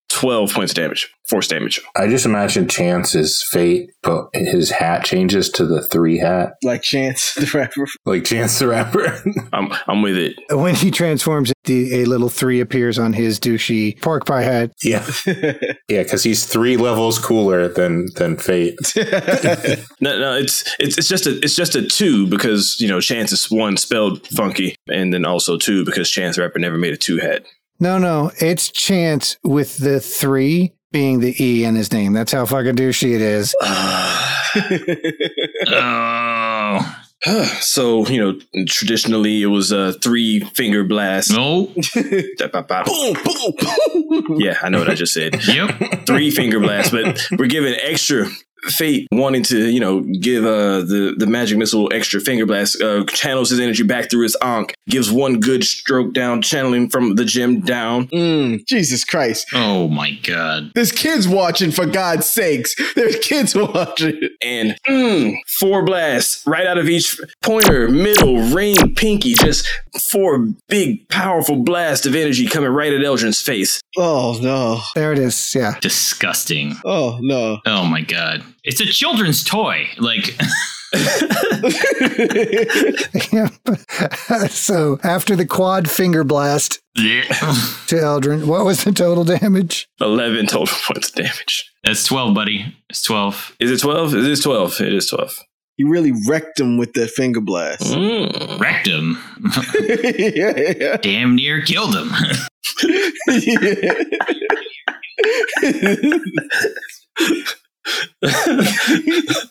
12 points of damage, force damage.
I just imagine Chance's fate, but his hat changes to the three hat,
Like chance the rapper.
like Chance the Rapper.
I'm, I'm with it.
When he transforms, the, a little three appears on his douchey pork pie head.
yeah, yeah, because he's three levels cooler than than Fate.
No, no, it's it's it's just a it's just a two because you know chance is one spelled funky, and then also two because chance rapper never made a two head.
No, no, it's Chance with the three being the E in his name. That's how fucking douchey it is.
Oh
so you know traditionally it was a three finger blast.
no.
Da-ba-ba. Yeah, I know what I just said.
Yep.
three finger blast, but we're giving extra fate wanting to, you know, give uh the, the magic missile extra finger blast, uh, channels his energy back through his onk, gives one good stroke down, channeling from the gym down.
Mm, Jesus Christ!
Oh my god.
There's kids watching. For God's sakes, there's kids watching.
and mm, four blasts right out of each pointer, middle, ring, pinky. Just four big, powerful blasts of energy coming right at Eldrin's face.
Oh no!
There it is. Yeah.
Disgusting.
Oh no!
Oh my god. It's a children's toy. Like
yeah. so after the quad finger blast to Eldrin, what was the total damage?
11 total points of damage.
that's twelve, buddy. It's twelve.
Is it 12? It is 12. It is 12.
You really wrecked him with that finger blast.
Mm.
Wrecked him.
yeah,
Damn near killed him.
yeah.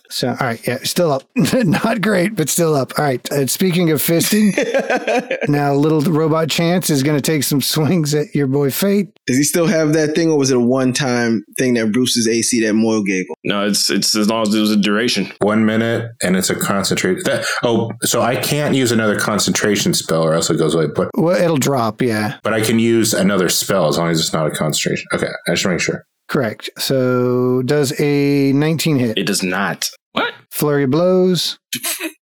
So, all right, yeah, still up. Not great, but still up. All right. And speaking of fisting, now little robot Chance is going to take some swings at your boy Fate.
Does he still have that thing, or was it a one-time thing that Bruce's AC that Moyle gave him?
No, it's it's as long as there's a duration.
One minute, and it's a concentrate. That, oh, so I can't use another concentration spell, or else it goes away. But
Well, it'll drop. Yeah,
but I can use another spell as long as it's not a concentration. Okay, I should make sure.
correct. So, does a 19 hit?
It does not.
What?
Flurry of blows,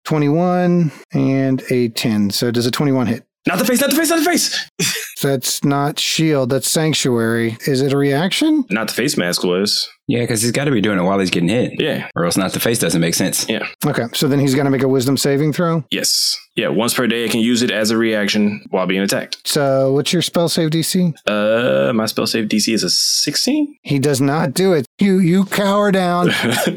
21, and a 10. So, does a 21 hit?
Not the face. Not the face. Not the face.
That's not shield. That's sanctuary. Is it a reaction?
Not the face mask was.
Yeah, because he's got to be doing it while he's getting hit,
Yeah.
or else not the face doesn't make sense.
Okay. So then he's going to make a wisdom saving throw.
Yes. Yeah. Once per day, I can use it as a reaction while being attacked.
So what's your spell save DC?
Uh, my spell save DC is a sixteen.
He does not do it. You you cower down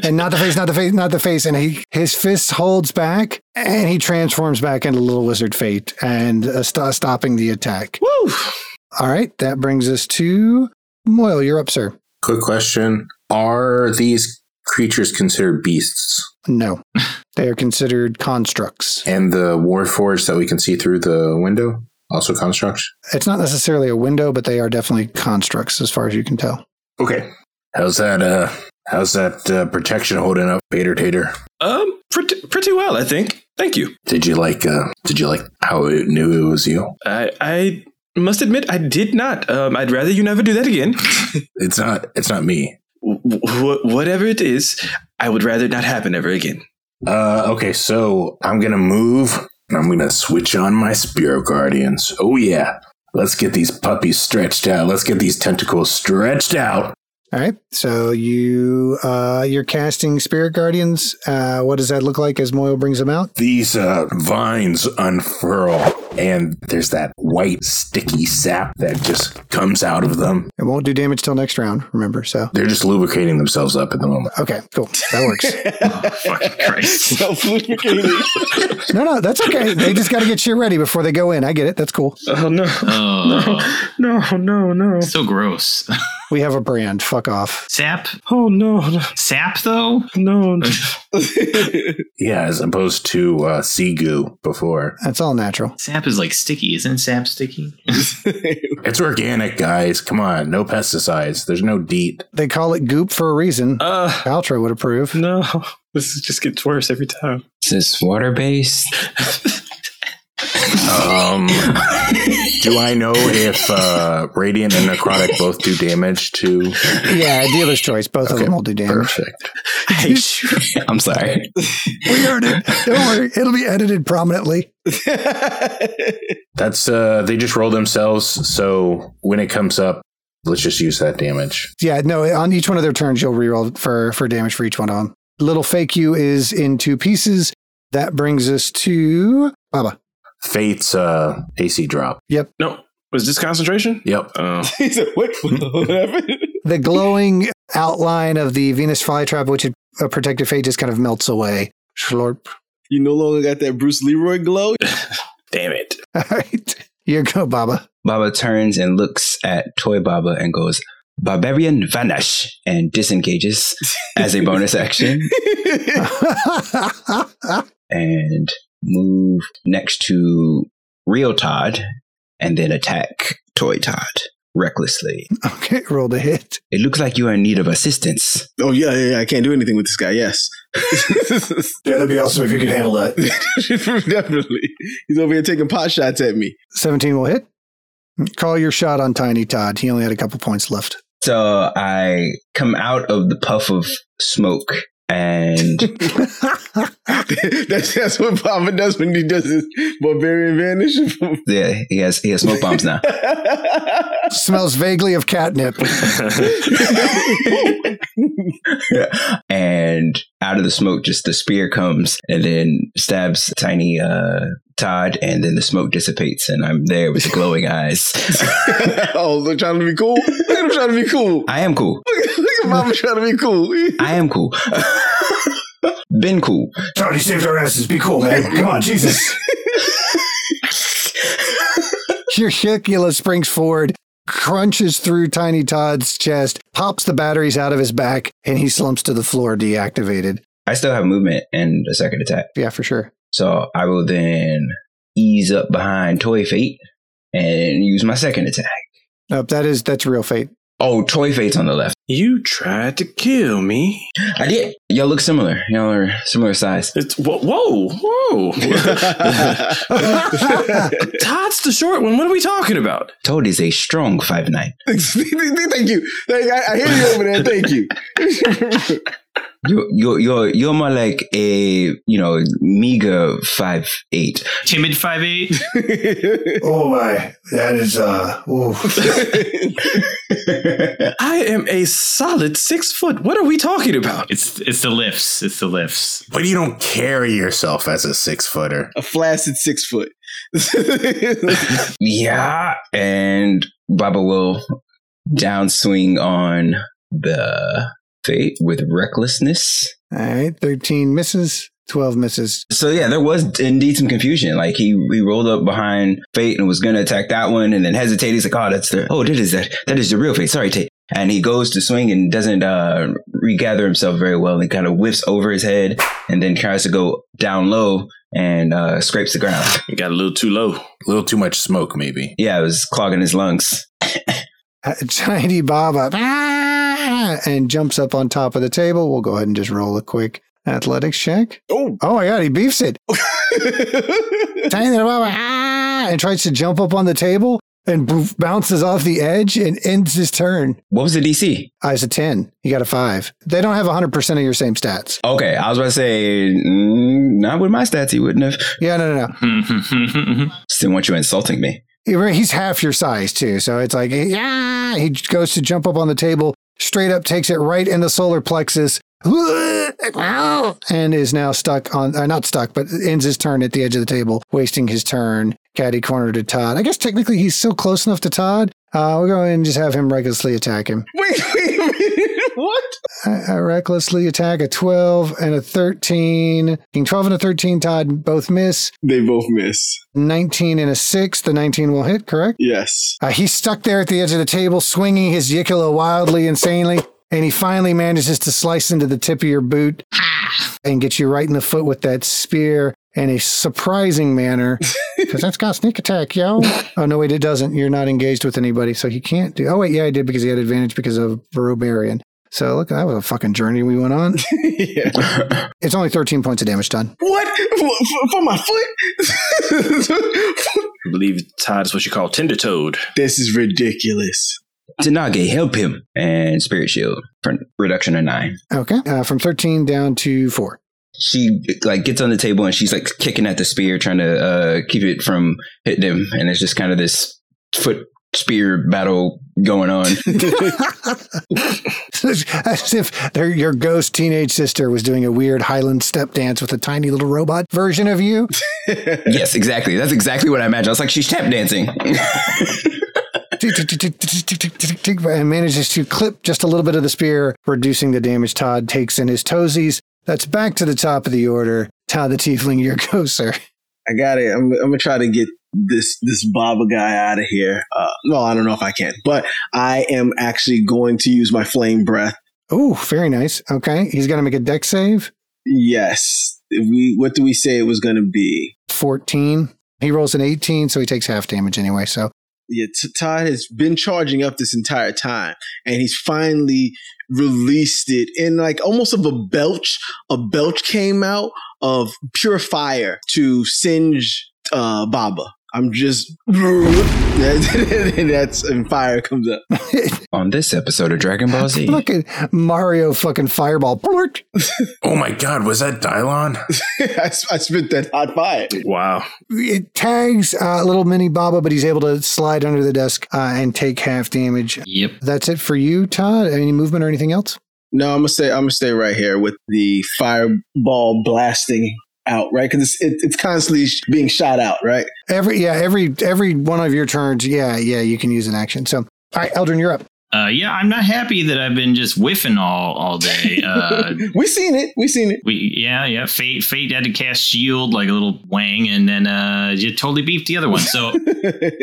and not the face, not the face, not the face. And he his fist holds back and he transforms back into little wizard fate and uh, sto- stopping the attack.
Woo!
All right, that brings us to Moyle. You're up, sir.
Quick question: Are these creatures considered beasts?
No, they are considered constructs.
And the warforged that we can see through the window also constructs.
It's not necessarily a window, but they are definitely constructs as far as you can tell.
Okay. How's that? uh How's that uh, protection holding up, Bader Tater?
Um, pretty pretty well, I think. Thank you.
Did you like? uh Did you like how it knew it was you?
I I must admit I did not. Um, I'd rather you never do that again.
It's not. It's not me.
Wh- wh- whatever it is, I would rather it not happen ever again.
Uh, okay, so I'm gonna move and I'm gonna switch on my Spiro Guardians. Oh yeah. Let's get these puppies stretched out. Let's get these tentacles stretched out.
All right, so you uh, you're casting spirit guardians. Uh, what does that look like as Moyle brings them out?
These uh, vines unfurl, and there's that white sticky sap that just comes out of them.
It won't do damage till next round, remember. So,
They're just lubricating themselves up at the moment.
okay, cool. That works.
Oh, Fucking Christ.
no, no, that's okay. They just got to get shit ready before they go in. I get it. That's cool.
Oh no.
Oh,
No, no, no.
so gross.
We have a brand. Fuck off.
Sap?
Oh no,
Sap, though?
no, no.
Yeah, as opposed to uh, sea goo before.
That's all natural.
Sap is like sticky. Isn't sap sticky?
It's organic, guys. Come on, no pesticides. There's no DEET.
They call it goop for a reason.
Uh,
Paltrow would approve.
no. This just gets worse every time.
Is this water based?
Um, do I know if uh, radiant and necrotic both do damage to?
Yeah, dealer's choice. Both of them will do damage.
Perfect.
I'm sorry.
We earned it. Don't worry. It'll be edited prominently.
That's uh, they just roll themselves. So when it comes up, let's just use that damage.
Yeah, no, on each one of their turns, you'll reroll for, for damage for each one of them. Little fake you is in two pieces. That brings us to Baba.
Fate's uh, AC drop.
No, was this concentration?
Yep.
Oh,
he said, "What? What happened?"
the glowing outline of the Venus flytrap, which had a protective fate, just kind of melts away. Slurp.
You no longer got that Bruce Leroy glow.
damn it!
All right. You go, Baba.
Baba turns and looks at Toy Baba and goes, Barbarian vanish and disengages as a bonus action and move next to real Todd and then attack Toy Todd recklessly.
okay, roll the hit.
It looks like you are in need of assistance.
Oh yeah, yeah, yeah, I can't do anything with this guy. Yes,
Yeah, that'd be awesome if you could handle that.
definitely. He's over here taking pot shots at me.
17 will hit. Call your shot on Tiny Todd. He only had a couple points left.
So I come out of the puff of smoke and
that's that's what Papa does when he does his barbarian vanish.
yeah, he has he has smoke bombs now.
Smells vaguely of catnip.
and out of the smoke just the spear comes and then stabs tiny uh Todd and then the smoke dissipates and I'm there with the glowing eyes.
oh, they're trying to be cool. Look at him trying to be cool.
I am cool.
Look at Papa trying to be cool.
I am cool. Been cool.
Tony saved our asses. Be cool, man. Come on, Jesus.
Curicula springs forward, crunches through Tiny Todd's chest, pops the batteries out of his back, and he slumps to the floor deactivated.
I still have movement and a second attack.
Yeah, for sure.
So I will then ease up behind Toy Fate and use my second attack.
Nope, that is that's real fate.
Oh, Toy Fate's on the left.
You tried to kill me.
I did. Y'all look similar. Y'all are similar size.
It's whoa, whoa, whoa. Todd's the short one. What are we talking about?
Toad is a strong five nine.
Thank you. Thank, I, I hear you over there. Thank you.
You you you're you're more like a you know meager five eight.
Timid five eight.
Oh my, that is uh. ooh.
I am a solid six foot. What are we talking about?
It's it's the lifts. It's the lifts.
But you don't carry yourself as a six footer.
A flaccid six foot.
yeah, and Baba will downswing on the fate with recklessness.
All right, 13 misses, 12 misses.
So yeah, there was indeed some confusion. Like he he rolled up behind Fate and was gonna attack that one, and then hesitated. He's like, "Oh, that's the oh, that is that that is the real Fate." Sorry, Tate. And he goes to swing and doesn't uh, regather himself very well. He kind of whiffs over his head and then tries to go down low and uh, scrapes the ground.
You got a little too low.
A little too much smoke, maybe.
Yeah, it was clogging his lungs.
Uh, Tiny Baba ah, and jumps up on top of the table. We'll go ahead and just roll a quick athletics check.
Oh.
Oh my God, he beefs it. Tiny Baba ah, and tries to jump up on the table and boof, bounces off the edge and ends his turn.
What was the DC?
I was a 10. He got a 5. They don't have 100% of your same stats.
Okay, I was about to say mm, not with my stats. He wouldn't have.
Yeah, no, no, no.
Just didn't want you insulting me.
You're right, He's half your size, too. So it's like, yeah, he goes to jump up on the table, straight up takes it right in the solar plexus, and is now stuck on, uh, not stuck, but ends his turn at the edge of the table, wasting his turn. Caddy corner to Todd. I guess technically he's still close enough to Todd. Uh, we'll go ahead and just have him recklessly attack him.
wait, wait, wait. What?
I, I recklessly attack a 12 and a 13. King 12 and a 13, Todd both miss.
They both miss.
19 and a 6. The 19 will hit, correct?
Yes.
Uh, he's stuck there at the edge of the table, swinging his yikila wildly, insanely, and he finally manages to slice into the tip of your boot and get you right in the foot with that spear in a surprising manner. Because that's got sneak attack, yo. oh, no, wait, it doesn't. You're not engaged with anybody, so he can't do. Oh, wait, yeah, I did because he had advantage because of Barobarian. So look, that was a fucking journey we went on.
yeah.
It's only 13 points of damage done.
What? For, for my foot?
I believe Todd is what you call tender toad.
this is ridiculous.
Tanage, help him. And Spirit Shield for reduction of nine.
Okay. Uh, from 13 down to 4.
She like gets on the table and she's like kicking at the spear, trying to uh, keep it from hitting him. And it's just kind of this foot spear battle going on.
As if their, your ghost teenage sister was doing a weird Highland step dance with a tiny little robot version of you.
yes, exactly. That's exactly what I imagined. I was like, she's tap dancing.
Tick, tick, tick, tick, tick, tick, tick, tick, tick, and manages to clip just a little bit of the spear, reducing the damage Todd takes in his toesies. That's back to the top of the order. Todd the Tiefling, your ghost, sir.
I got it. I'm, I'm gonna try to get this this Baba guy out of here. Uh, no, I don't know if I can, but I am actually going to use my flame breath.
Oh, very nice. Okay. He's going to make a deck save.
Yes. If we what do we say it was gonna be?
14. He rolls an 18, so he takes half damage anyway. So
Yeah, T- Todd has been charging up this entire time, and he's finally released it in like almost of a belch. A belch came out of pure fire to singe uh, Baba. I'm just that's and fire comes up.
on this episode of Dragon Ball Z.
Look at Mario fucking fireball. Blurt.
Oh my god, was that Dylon?
I, s- I spit that hot fire.
Wow.
It tags uh, little mini Baba, but he's able to slide under the desk uh, and take half damage.
yep.
That's it for you, Todd. Any movement or anything else?
No, I'm gonna stay. I'm gonna stay right here with the fireball blasting out, right? Because it's it, it's constantly sh- being shot out, right?
Every yeah, every every one of your turns, yeah, yeah, you can use an action. So, all right, Eldrin, you're up.
Uh, yeah, I'm not happy that I've been just whiffing all all day. Uh,
we seen it. We seen it.
we yeah yeah. Fate Fate had to cast shield like a little wang, and then uh, you totally beefed the other one. So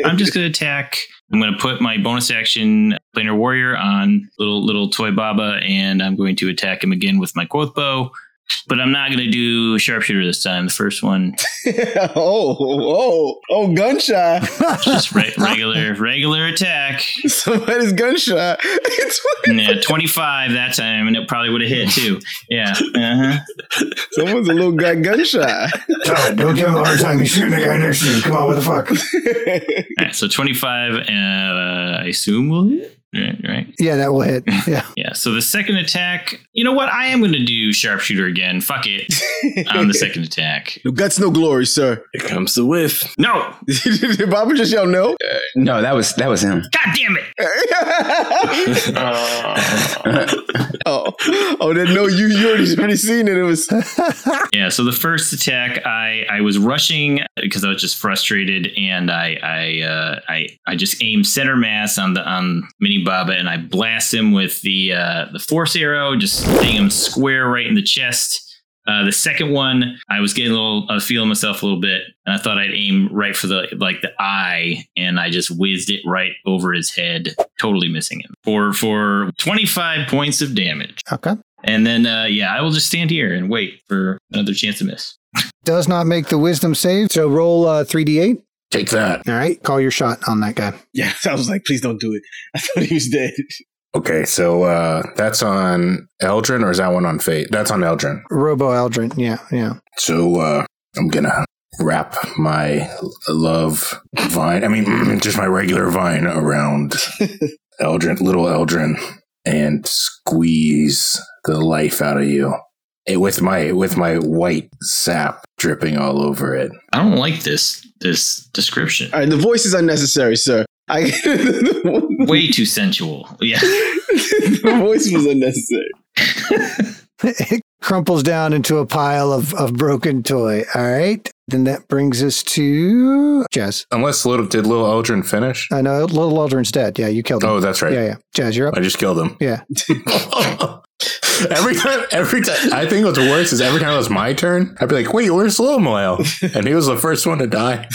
I'm just gonna attack. I'm gonna put my bonus action planar warrior on little little toy Baba, and I'm going to attack him again with my quoth bow. But I'm not going to do sharpshooter this time. The first one,
oh, oh, oh, gunshot.
just re- regular, regular attack.
Somebody's gunshot. It's-
Yeah, 25 that time, and it probably would have hit too. Yeah. Uh-huh.
Someone's a little guy gunshot.
Todd, don't give him a hard time. He's shooting the guy next to you. Come on, what the fuck?
All right, so 25, uh, I assume will hit. Right, right.
Yeah, that will hit. Yeah.
Yeah. So the second attack, you know what? I am going to do sharpshooter again. Fuck it. On the second attack.
No guts, no glory, sir.
Here comes the whiff.
No.
Did Bobby just yell no?
No, that was that was him.
God damn it.
oh, oh, then no, you you already, already seen it. It was
Yeah, so the first attack, I I was rushing because I was just frustrated, and I I uh, I I just aimed center mass on the on Mini Baba, and I blast him with the uh, the force arrow, just hitting him square right in the chest. Uh, the second one, I was getting a little uh, feeling myself a little bit, and I thought I'd aim right for the like the eye, and I just whizzed it right over his head, totally missing him for for twenty five points of damage.
Okay.
And then uh, yeah, I will just stand here and wait for another chance to miss.
Does not make the wisdom save. So roll uh, 3d8.
Take that.
All right. Call your shot on that guy.
yeah. I was like, please don't do it. I thought he was dead.
Okay, so uh, that's on Eldrin, or is that one on Fate? That's on Eldrin.
Robo Eldrin. Yeah. Yeah.
So uh, I'm gonna wrap my love vine. I mean, just my regular vine around Eldrin, little Eldrin, and squeeze the life out of you it, with my with my white sap dripping all over it.
I don't like this this description.
All right, the voice is unnecessary, sir. I the
Way too sensual. Yeah.
voice was unnecessary.
it crumples down into a pile of, of broken toy. All right. Then that brings us to Jazz.
Unless little did little Eldrin finish?
I know Little Aldrin's dead. Yeah, you killed him.
Oh, that's right.
Yeah, yeah. Jazz, you're up.
I just killed him.
Yeah.
every time, every time, I think what's worse is every time it was my turn, I'd be like, "Wait, where's Lil Moel?" And he was the first one to die.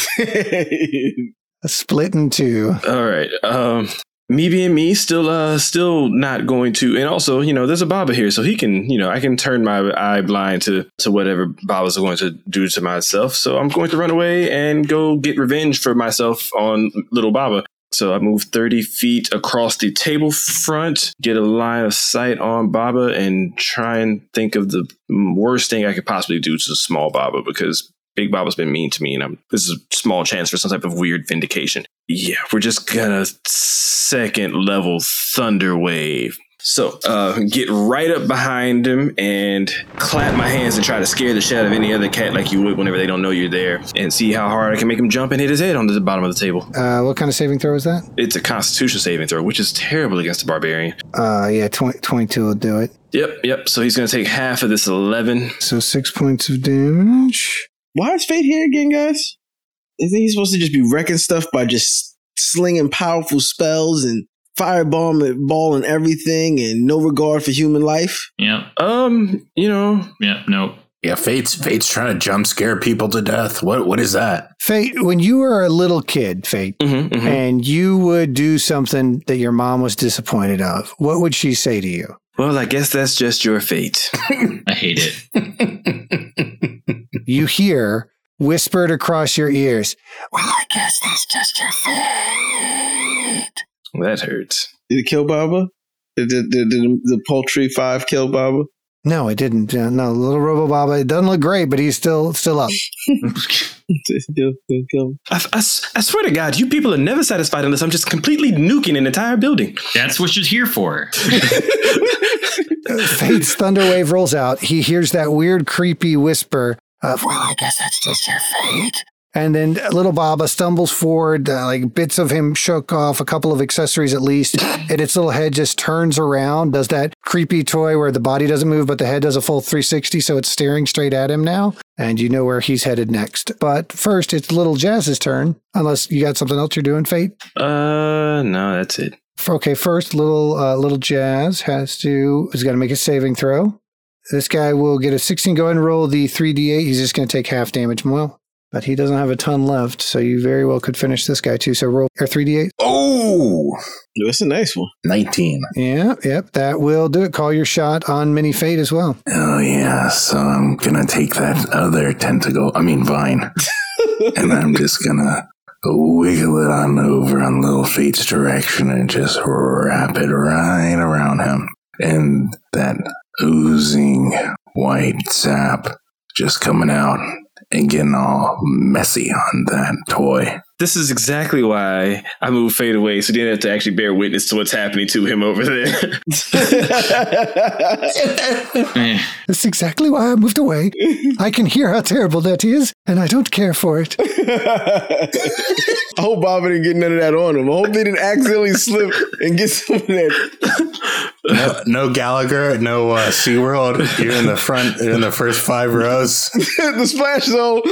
Split in two.
All right. Um, me being me, still, uh, still not going to. And also, you know, there's a Baba here, so he can, you know, I can turn my eye blind to to whatever Babas are going to do to myself. So I'm going to run away and go get revenge for myself on little Baba. So I move 30 feet across the table front, get a line of sight on Baba, and try and think of the worst thing I could possibly do to small Baba because Big Baba's been mean to me, and I'm, this is a small chance for some type of weird vindication. Yeah, we're just gonna second level Thunder Wave. So, uh, get right up behind him and clap my hands and try to scare the shit out of any other cat like you would whenever they don't know you're there, and see how hard I can make him jump and hit his head onto the bottom of the table.
Uh, what kind of saving throw is that?
It's a Constitution saving throw, which is terrible against a barbarian.
Uh, yeah, 20, 22 will do it.
Yep, yep. So he's gonna take half of this eleven.
So six points of damage.
Why is Fate here again, guys? Isn't he supposed to just be wrecking stuff by just slinging powerful spells and firebomb and ball and everything and no regard for human life?
Yep.
Um, you know,
Yep. Nope.
Yeah, Fate's Fate's trying to jump scare people to death. What what is that?
Fate, when you were a little kid, Fate,
mhm,
Mm-hmm.
mhm.
and you would do something that your mom was disappointed of, what would she say to you?
Well, I guess that's just your fate.
I hate it.
You hear whispered across your ears,
that hurts.
Did it kill Baba? Did, did, did, did the poultry five kill Baba?
No, it didn't. Uh, No, little Robo Baba. It doesn't look great, but he's still still up.
Did it kill-
I, I s- I swear to God, you people are never satisfied unless I'm just completely nuking an entire building.
That's what you're here for.
Fate's Thunderwave rolls out. He hears that weird, creepy whisper of, "Well, I guess that's just your fate." And then little Baba stumbles forward, uh, like bits of him shook off a couple of accessories at least, and its little head just turns around, does that creepy toy where the body doesn't move but the head does a full 360, so it's staring straight at him now, and you know where he's headed next. But first, it's little Jazz's turn, unless you got something else you're doing, Fate.
Uh, no, that's it.
F- Okay, first little uh, little Jazz has to is going to make a saving throw. This guy will get a 16. Go ahead and roll the 3d8. He's just going to take half damage. Well, but he doesn't have a ton left. So you very well could finish this guy too. So roll or 3d8.
Oh,
That's a nice one.
19.
Yeah, yep, that will do it. Call your shot on mini fate as well.
Oh, yeah. So I'm going to take that other tentacle, I mean, vine, and I'm just going to wiggle it on over on Little Fate's direction and just wrap it right around him. And that oozing white sap just coming out and getting all messy on that toy.
This is exactly why I moved Fade away, so he didn't have to actually bear witness to what's happening to him over there.
Eh,
That's exactly why I moved away. I can hear how terrible that is, and I don't care for it.
I hope Bobby didn't get none of that on him. I hope they didn't accidentally slip and get some of that.
No, no Gallagher, no uh, SeaWorld. You're in the front, you're in the first five rows.
the splash zone.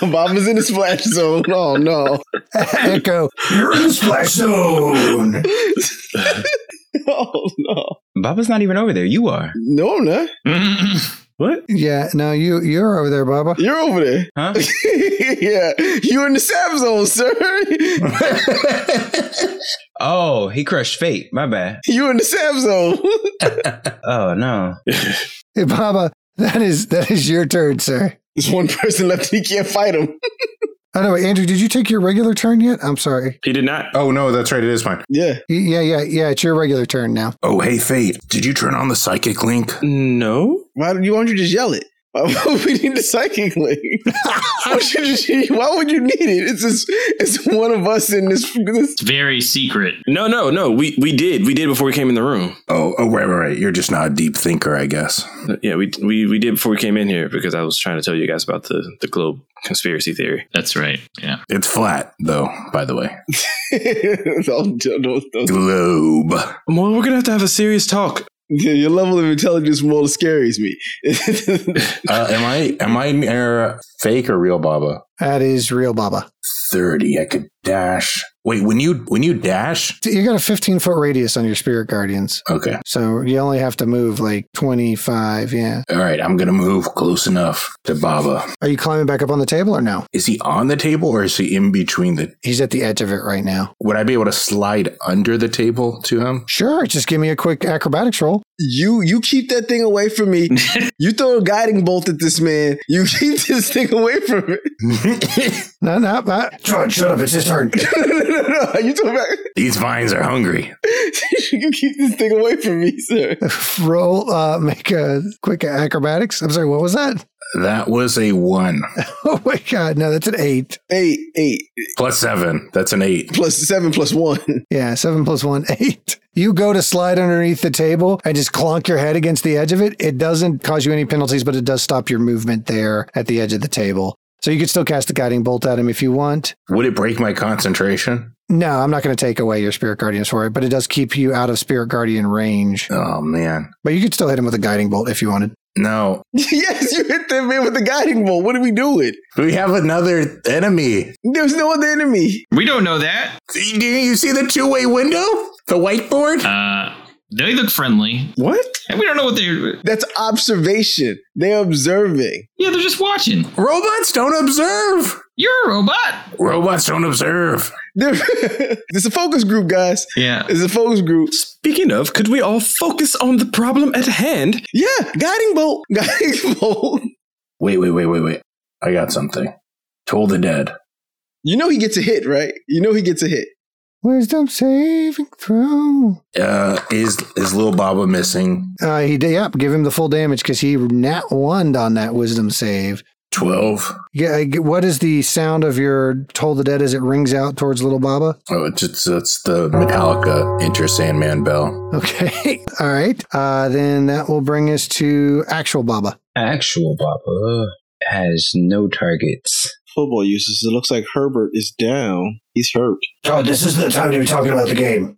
Bobby's in the splash zone. Oh no.
Echo.
You're in the splash zone.
Oh no.
Baba's not even over there. You are.
No, I'm not.
what?
Yeah, no, you you're over there, Baba.
You're over there.
Huh?
yeah. You're in the sap zone, sir.
Oh, he crushed fate. My bad.
You're in the sap zone.
Oh, no.
Hey, Baba, that is that is your turn, sir.
There's one person left and he can't fight him.
Oh no, wait, Andrew, did you take your regular turn yet? I'm sorry.
He did not.
Oh no, that's right. It is mine.
Yeah.
Y- Yeah, yeah, yeah. It's your regular turn now.
Oh hey, Fate, did you turn on the psychic link?
No.
Why don't you, why don't you just yell it? Why would we need the psychic link? why, would you just- why would you need it? It's just, it's one of us in this. this
it's very secret.
No, no, no. We we did. We did before we came in the room.
Oh, oh right, right, right. You're just not a deep thinker, I guess.
Yeah, we we, we did before we came in here because I was trying to tell you guys about the, the globe conspiracy theory.
That's right. Yeah.
It's flat, though. By the way,
Don't- don't- don't- don't.
globe.
Well, we're gonna have to have a serious talk.
Your level of intelligence more scares me.
Uh, am I am I near fake or real, Baba?
That is real, Baba.
Thirty. I could dash. Wait, when you when you dash.
You got a 15 foot radius on your spirit guardians,
Okay.
so you only have to move like 25. Yeah.
All right. I'm gonna move close enough to Baba.
Are you climbing back up on the table or no?
Is he on the table or is he in between the?
He's at the edge of it right now.
Would I be able to slide under the table to him?
Sure, just give me a quick acrobatics roll.
you you keep that thing away from me. You throw a guiding bolt at this man. You keep this thing away from it.
No, no, uh, no.
John, shut up. It's his turn.
no, no, no, no. You throw back.
These vines are hungry.
you keep this thing away from me, sir.
roll, uh, make a quick acrobatics. I'm sorry, what was that?
That was a one
Oh my god, no, that's an eight.
Eight, eight
plus seven. That's an eight.
plus seven plus one.
Yeah, seven plus one, eight. You go to slide underneath the table and just clonk your head against the edge of it. It doesn't cause you any penalties, but it does stop your movement there at the edge of the table. So you could still cast the guiding bolt at him if you want.
Would it break my concentration?
No, I'm not going to take away your spirit guardians for it, but it does keep you out of spirit guardian range.
Oh man.
But you could still hit him with a guiding bolt if you wanted.
No.
yes, you hit that man with the guiding bolt. What are we doing?
We have another enemy.
There's no other enemy.
We don't know that.
See- Do you see the two-way window? The whiteboard?
Uh, they look friendly.
What?
And we don't know what they're.
That's observation. They're observing.
Yeah, they're just watching.
Robots don't observe.
You're a robot.
Robots don't observe.
They're it's a focus group, guys.
Yeah.
It's a focus group.
Speaking of, could we all focus on the problem at hand?
Yeah, guiding bolt. Guiding bolt.
Wait, wait, wait, wait, wait. I got something. Toll the dead.
You know he gets a hit, right? You know he gets a hit.
Wisdom saving throw.
Uh, is is little Baba missing?
Uh, he did, yep, give him the full damage because he nat one on that wisdom save.
Twelve.
Yeah, I- what is the sound of your toll the dead as it rings out towards little Baba?
Oh, it's, it's it's the Metallica Enter Sandman bell.
Okay, all right. Uh, then that will bring us to actual Baba.
Actual Baba has no targets.
Football uses. It looks like Herbert is down. He's hurt.
John, Oh, this isn't the time to be talking about the game.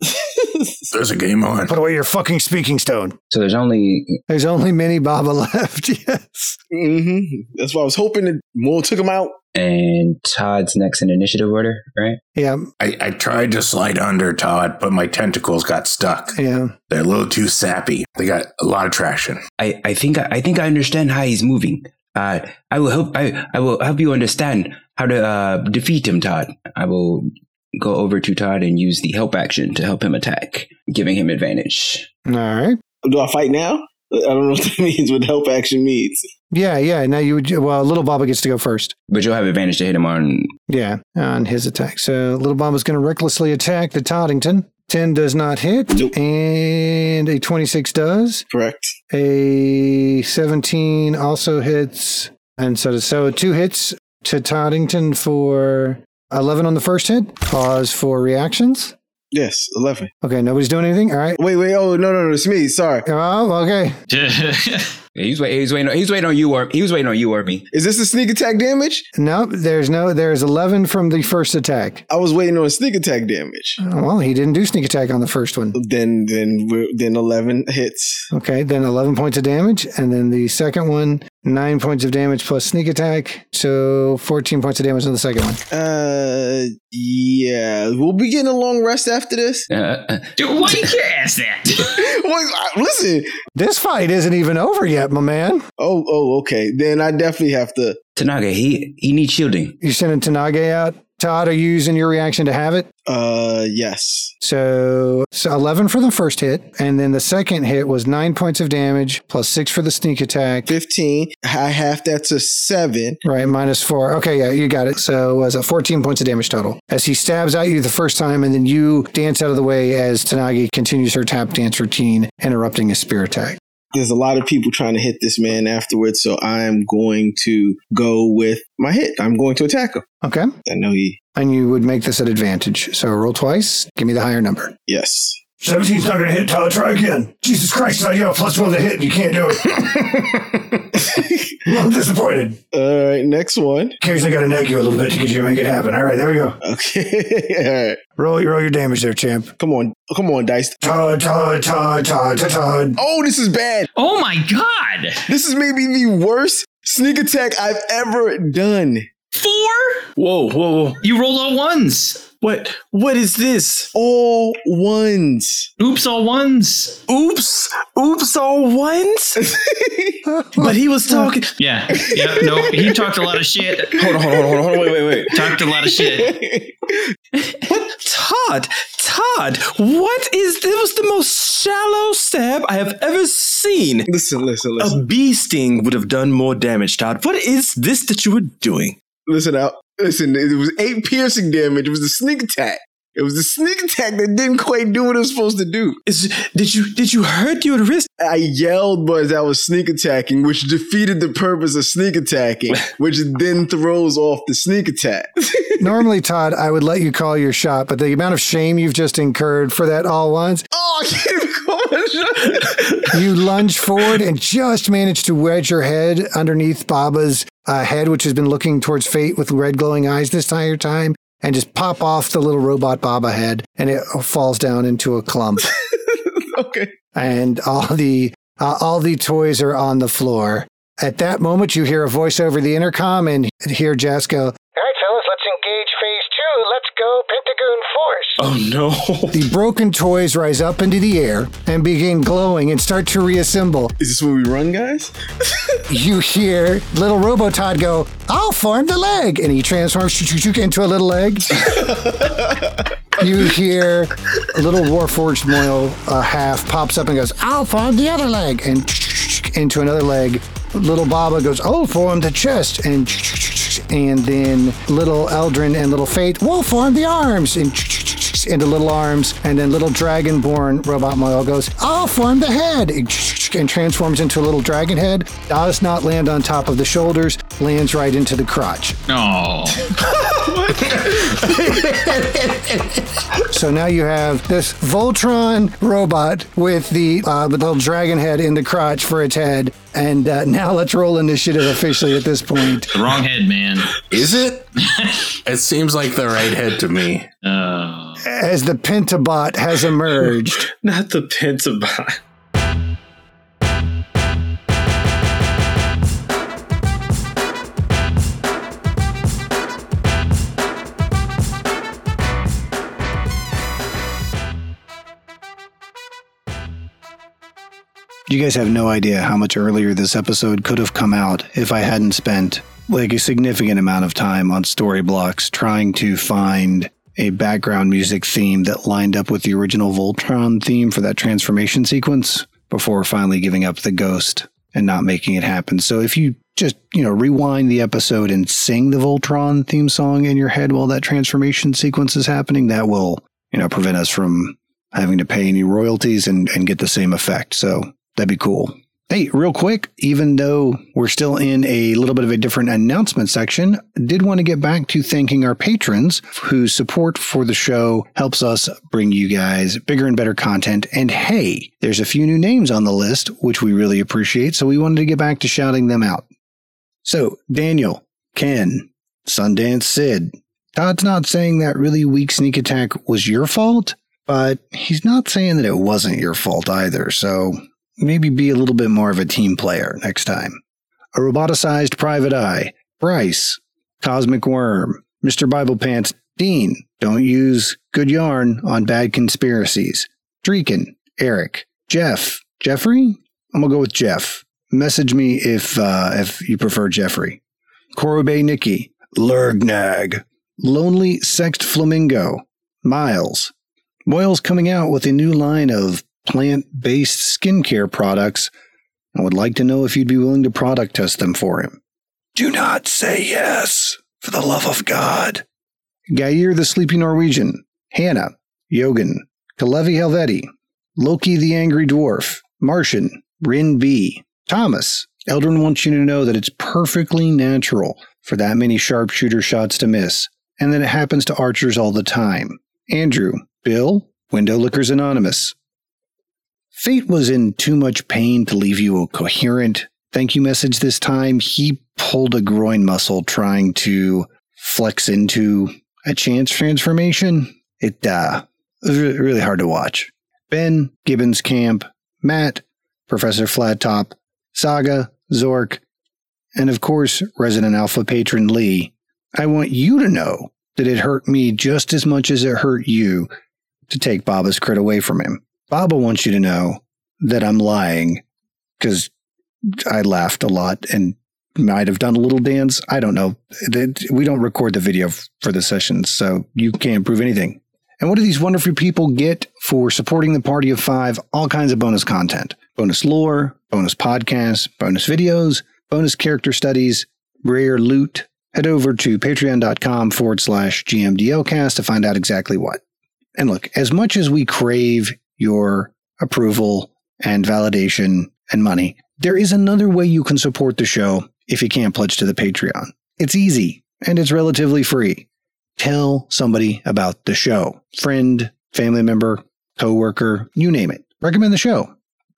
There's a game on.
Put away your fucking speaking stone.
So there's only
There's only mini Baba left. Yes.
hmm That's why I was hoping that Moore took him out.
and Todd's next in initiative order, right?
Yeah,
I, I tried to slide under Todd, but my tentacles got stuck.
yeah.
They're a little too sappy. They got a lot of traction.
I, I think I, I think I understand how he's moving. Uh, I will help. I, I will help you understand how to uh, defeat him, Todd. I will go over to Todd and use the help action to help him attack, giving him advantage.
All right.
Do I fight now? I don't know what that means. What help action means?
Yeah, yeah. Now you would. Well, little Baba gets to go first.
But you'll have advantage to hit him on.
Yeah, on his attack. So little Baba's going to recklessly attack the Toddington. Ten does not hit,
Nope.
and a twenty-six does.
Correct.
A seventeen also hits, and so does so two hits to Toddington for eleven on the first hit. Pause for reactions.
Yes, eleven.
Okay, nobody's doing anything. All right.
Wait, wait. Oh no, no, no. It's me. Sorry.
Oh, okay.
He's waiting. He's waiting. He's waiting on you or he was waiting on you or me.
Is this a sneak attack damage?
Nope. There's no. There's eleven from the first attack.
I was waiting on sneak attack damage.
Oh, Well, he didn't do sneak attack on the first one.
Then, then, we're, then eleven hits.
Okay, then 11 points of damage. And then the second one, nine points of damage plus sneak attack. So 14 points of damage on the second one.
Uh, yeah. We'll be getting a long rest after this.
Uh, uh,
Dude, why you can't ask that?
Wait, I- listen.
This fight isn't even over yet, my man.
Oh, oh, okay. Then I definitely have to.
Tanaga, he he needs shielding.
You're sending Tanage out. Todd, are you using your reaction to have it?
Uh, yes.
So, so 11 for the first hit. And then the second hit was nine points of damage plus six for the sneak attack.
Fifteen. I half that to seven.
Right, minus four. Okay, yeah, you got it. So was it 14 points of damage total? As he stabs at you the first time, and then you dance out of the way as Tanagi continues her tap dance routine, interrupting his spear attack.
There's a lot of people trying to hit this man afterwards, so I'm going to go with my hit. I'm going to attack him.
Okay.
I know he.
And you would make this at advantage. So roll twice. Give me the higher number.
Yes.
17's not going to hit, Tyler. Try again. Jesus Christ, Todd, you have a plus one to hit and you can't do it. I'm disappointed.
All right, next one.
Occasionally got to nag you a little bit to get you to make it happen. All right, there we go.
Okay. All right.
Roll, roll your damage there, champ.
Come on. Come on, dice.
Todd, Todd, Todd, Todd, Todd, Todd.
Oh, this is bad.
oh my god!
This is maybe the worst sneak attack I've ever done.
Four?
Whoa, whoa, whoa.
You rolled all ones.
What? What is this?
All ones.
Oops, all ones.
Oops. Oops, all once? but he was talking.
Yeah. Yeah. No, he talked a lot of shit.
Hold on, hold on, hold on, hold on. Wait, wait, wait.
Talked a lot of shit.
What? Todd, Todd, what is this? Was the most shallow stab I have ever seen.
listen, listen, listen.
A bee sting would have done more damage, Todd. What is this that you were doing?
listen out. Listen, it was eight piercing damage. It was a sneak attack. It was the sneak attack that didn't quite do what it was supposed to do.
Is did you did you hurt your wrist?
I yelled, but that was sneak attacking, which defeated the purpose of sneak attacking, which then throws off the sneak attack.
Normally, Todd, I would let you call your shot, but the amount of shame you've just incurred for that all once,
oh, I can't even go
you lunge forward and just manage to wedge your head underneath Baba's uh, head, which has been looking towards fate with red glowing eyes this entire time, and just pop off the little robot Baba head, and it falls down into a clump.
Okay.
and all the uh, all the toys are on the floor. At that moment, you hear a voice over the intercom and hear Jess go,
All right, fellas, let's engage phase two. Let's go Pentagon Force.
Oh no.
The broken toys rise up into the air and begin glowing and start to reassemble.
Is this where we run, guys?
You hear little Robotod go, I'll form the leg. And he transforms into a little leg. you hear little Warforged Moil uh, half pops up and goes, I'll form the other leg. And into another leg. Little Baba goes, I'll form the chest. And and then little Eldrin and little Faith will form the arms. And into little arms. And then little Dragonborn Robot Moil goes, I'll form the head. And transforms into a little dragon head. Does not land on top of the shoulders, lands right into the crotch.
Oh.
So now you have this Voltron robot with the uh, with the little dragon head in the crotch for its head. And uh, now let's roll initiative officially at this point.
The wrong head, man.
Is it? it seems like the right head to me.
Oh.
As the Pentabot has emerged.
Not the Pentabot.
You guys have no idea how much earlier this episode could have come out if I hadn't spent like a significant amount of time on story blocks trying to find a background music theme that lined up with the original Voltron theme for that transformation sequence before finally giving up the ghost and not making it happen. So if you just, you know, rewind the episode and sing the Voltron theme song in your head while that transformation sequence is happening, that will, you know, prevent us from having to pay any royalties and, and get the same effect. So that'd be cool. Hey, real quick, even though we're still in a little bit of a different announcement section, did want to get back to thanking our patrons whose support for the show helps us bring you guys bigger and better content. And hey, there's a few new names on the list, which we really appreciate. So we wanted to get back to shouting them out. So Daniel, Ken, Sundance Sid, Todd's not saying that really weak sneak attack was your fault, but he's not saying that it wasn't your fault either. So maybe be a little bit more of a team player next time. A roboticized private eye, Bryce, Cosmic Worm, Mr. Bible Pants, Dean, don't use good yarn on bad conspiracies. Dreeken, Eric, Jeff, Jeffrey? I'm gonna go with Jeff. Message me if uh, if you prefer Jeffrey. Korobay Nikki, Lurgnag, Lonely Sexed Flamingo, Miles, Moyle's coming out with a new line of plant based skincare products and would like to know if you'd be willing to product test them for him. Do not say yes, for the love of God. Gair the Sleepy Norwegian, Hannah, Yogan, Kalevi Helveti, Loki the Angry Dwarf, Martian, Rin B, Thomas. Eldrin wants you to know that it's perfectly natural for that many sharpshooter shots to miss, and that it happens to archers all the time. Andrew, Bill, Window Lickers Anonymous. Fate was in too much pain to leave you a coherent thank you message this time. He pulled a groin muscle trying to flex into a chance transformation. It uh, was re- really hard to watch. Ben, Gibbons Camp, Matt, Professor Flattop, Saga, Zork, and of course, resident Alpha patron Lee. I want you to know that it hurt me just as much as it hurt you to take Baba's crit away from him. Baba wants you to know that I'm lying because I laughed a lot and might have done a little dance. I don't know. That- We don't record the video f- for the sessions, so you can't prove anything. And what do these wonderful people get for supporting the Party of Five? All kinds of bonus content bonus lore, bonus podcasts, bonus videos, bonus character studies, rare loot. Head over to patreon.com forward slash GMDLcast to find out exactly what. And look, as much as we crave your approval and validation and money, there is another way you can support the show if you can't pledge to the Patreon. It's easy and it's relatively free. Tell somebody about the show friend, family member, coworker, you name it. Recommend the show.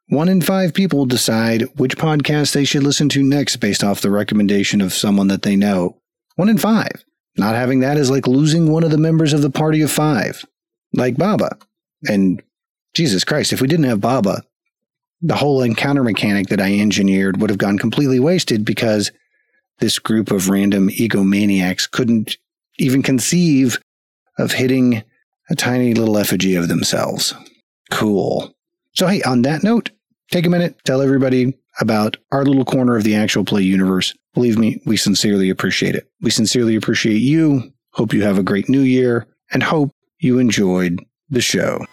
One in five people decide which podcast they should listen to next based off the recommendation of someone that they know. One in five. Not having that is like losing one of the members of the party of five, like Baba. And Jesus Christ, if we didn't have Baba, the whole encounter mechanic that I engineered would have gone completely wasted because this group of random egomaniacs couldn't even conceive of hitting a tiny little effigy of themselves. Cool. So, hey, on that note, take a minute, tell everybody about our little corner of the actual play universe. Believe me, we sincerely appreciate it. We sincerely appreciate you. Hope you have a great new year and hope you enjoyed the show.